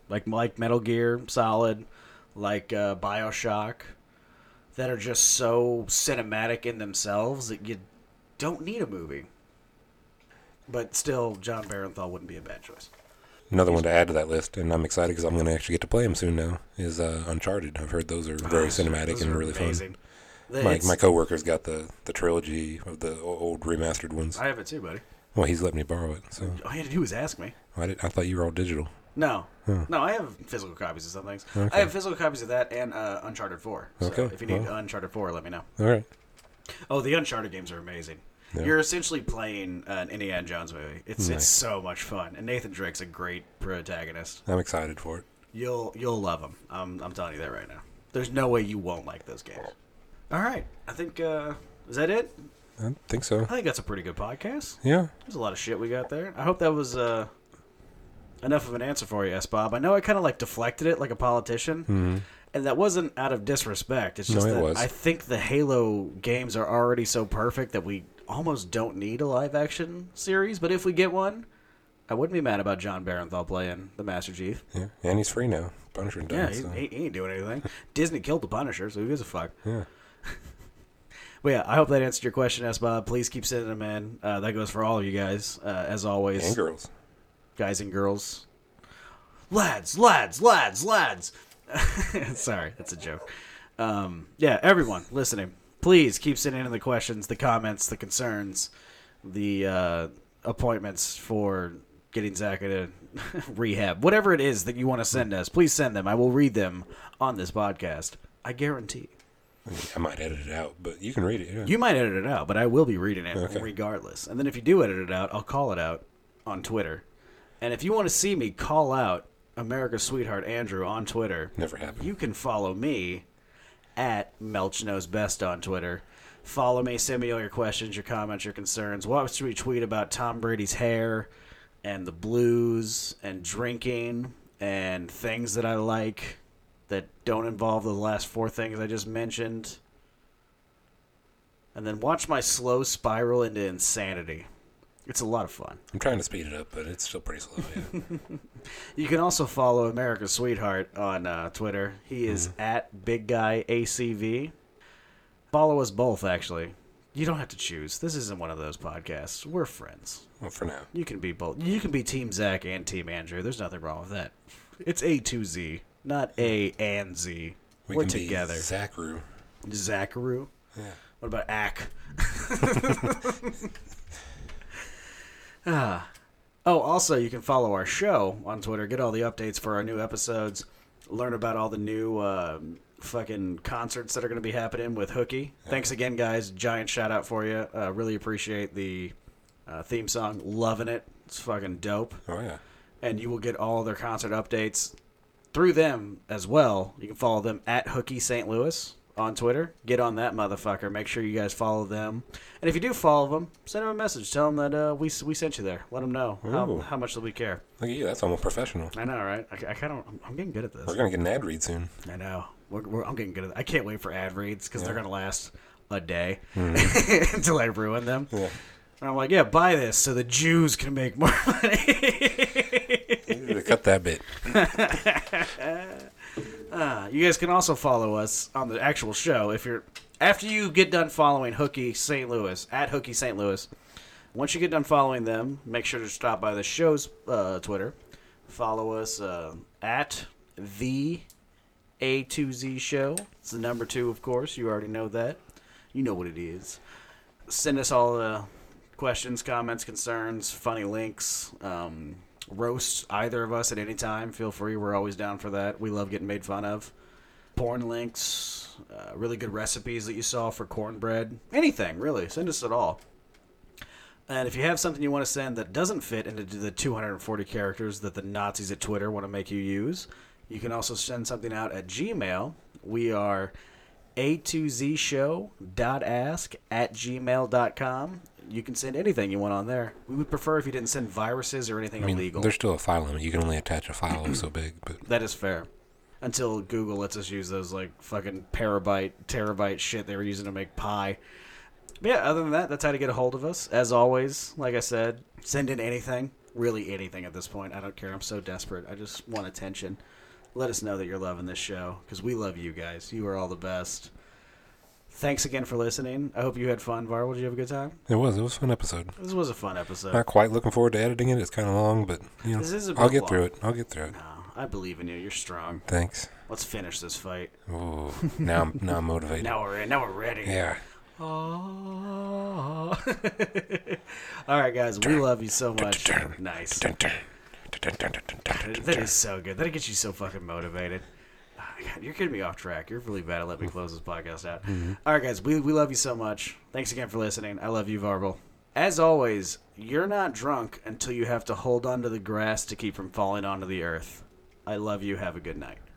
like like Metal Gear Solid, like uh, Bioshock, that are just so cinematic in themselves that you don't need a movie. But still, John Barenthal wouldn't be a bad choice. Another one to add to that list, and I'm excited because I'm going to actually get to play him soon now, is uh, Uncharted. I've heard those are very cinematic Those and are really amazing. fun. My, my coworker's got the, the trilogy of the o- old remastered ones. I have it too, buddy. Well, he's let me borrow it, so All you had to do was ask me. I, did, I thought you were all digital. No, no, I have physical copies of some things. I have physical copies of that and uh, Uncharted Four. So Okay, if you need well. Uncharted Four, let me know. All right. Oh, the Uncharted games are amazing. Yeah. You're essentially playing an Indiana Jones movie. It's Nice. it's so much fun, and Nathan Drake's a great protagonist. I'm excited for it. You'll you'll love him. I'm I'm telling you that right now. There's no way you won't like those games. All right, I think uh, is that it. I think so. I think that's a pretty good podcast. Yeah. There's a lot of shit we got there. I hope that was uh, enough of an answer for you, S. Bob. I know I kind of like deflected it like a politician, and that wasn't out of disrespect. It's just Mm-hmm. it that was. I think the Halo games are already so perfect that we almost don't need a live action series. But if we get one, I wouldn't be mad about John Barenthal playing the Master Chief. Yeah. And he's free now. Punisher done. Yeah, so. he, he ain't [LAUGHS] doing anything. Disney killed the Punisher, so who gives a fuck? Yeah. [LAUGHS] But yeah, I hope that answered your question, S. Bob. Please keep sending them in. Uh, that goes for all of you guys, uh, as always. And girls. guys and girls. Lads, lads, lads, lads. [LAUGHS] Sorry, that's a joke. Um, yeah, everyone listening, please keep sending in the questions, the comments, the concerns, the uh, appointments for getting Zach into [LAUGHS] rehab. Whatever it is that you want to send us, please send them. I will read them on this podcast. I guarantee. I, mean, I might edit it out, but you can read it. Yeah. You might edit it out, but I will be reading it Okay. regardless. And then if you do edit it out, I'll call it out on Twitter. And if you want to see me call out America's sweetheart Andrew on Twitter, Never happened. you can follow me at Melch Knows Best on Twitter. Follow me, send me all your questions, your comments, your concerns. What should we tweet about Tom Brady's hair and the blues and drinking and things that I like that don't involve the last four things I just mentioned? And then watch my slow spiral into insanity. It's a lot of fun. I'm trying to speed it up, but it's still pretty slow. [LAUGHS] Yeah. You can also follow America's Sweetheart on uh, Twitter. He is Hmm. at Big Guy ACV. Follow us both, actually. You don't have to choose. This isn't one of those podcasts. We're friends. well, for now. You can be both. You can be Team Zach and Team Andrew. There's nothing wrong with that. It's A to Z, not A and Z. We We are can together. be Zachary. Zacharoo. Yeah. What about Ack? [LAUGHS] ah. Oh, also, you can follow our show on Twitter. Get all the updates for our new episodes. Learn about all the new um, fucking concerts that are going to be happening with Hookie. Thanks again, guys. Giant shout out for you. Uh, really appreciate the uh, theme song. Loving it. It's fucking dope Oh, yeah. and you will get all their concert updates through them as well. You can follow them at Hookie St. Louis on Twitter. Get on that motherfucker. Make sure you guys follow them. And if you do follow them, send them a message. Tell them that uh, we we sent you there. Let them know how, Ooh. how much that we care. Look at you. That's almost professional. I know, right? I, I kind of I'm, I'm getting good at this. We're gonna get an ad read soon. I know. We're, we're, I'm getting good at. I can't wait for ad reads because they're gonna last a day [LAUGHS] until I ruin them. Hmm. Yeah. And I'm like, yeah, buy this so the Jews can make more money. [LAUGHS] You need to cut that bit. Uh, you guys can also follow us on the actual show if you're after you get done following Hookie St. Louis at Hookie St. Louis. Once you get done following them, make sure to stop by the show's uh, Twitter. Follow us uh, at the A2Z Show. It's the number two, of course. You already know that. You know what it is. Send us all the questions, comments, concerns, funny links. Um, roast either of us at any time. Feel free. We're always down for that. We love getting made fun of. Porn links, uh, really good recipes that you saw for cornbread. Anything, really. Send us it all. And if you have something you want to send that doesn't fit into the 240 characters that the Nazis at Twitter want to make you use, you can also send something out at Gmail. We are a2zshow.ask at gmail.com. You can send anything you want on there. We would prefer if you didn't send viruses or anything I mean, illegal. there's still a file limit. You can only attach a file so big, but That is fair. Until Google lets us use those like fucking parabyte, terabyte shit they were using to make pie. But yeah, other than that, that's how to get a hold of us. As always, like I said, send in anything. Really anything at this point. I don't care. I'm so desperate. I just want attention. Let us know that you're loving this show because we love you guys. You are all the best. Thanks again for listening. I hope you had fun, Var. Did you have a good time? it was it was a fun episode. This was a fun episode. Not quite looking forward to editing it. It's kind of long, but you know, This is a I'll bit get long. through it. I'll get through it. Oh, I believe in you. You're strong. Thanks. Let's finish this fight. Ooh, now I'm now I'm motivated. [LAUGHS] Now we're now we're ready. Yeah. [LAUGHS] All right, guys, we love you so much. Nice. Dun, dun. Dun, dun, dun, dun, dun, dun, That dun. is so good. That gets you so fucking motivated. Ah, God, you're getting me off track. You're really bad at letting me close this podcast out. All right, guys, we, we love you so much. Thanks again for listening. I love you, Varble. As always, you're not drunk until you have to hold onto the grass to keep from falling onto the earth. I love you. Have a good night.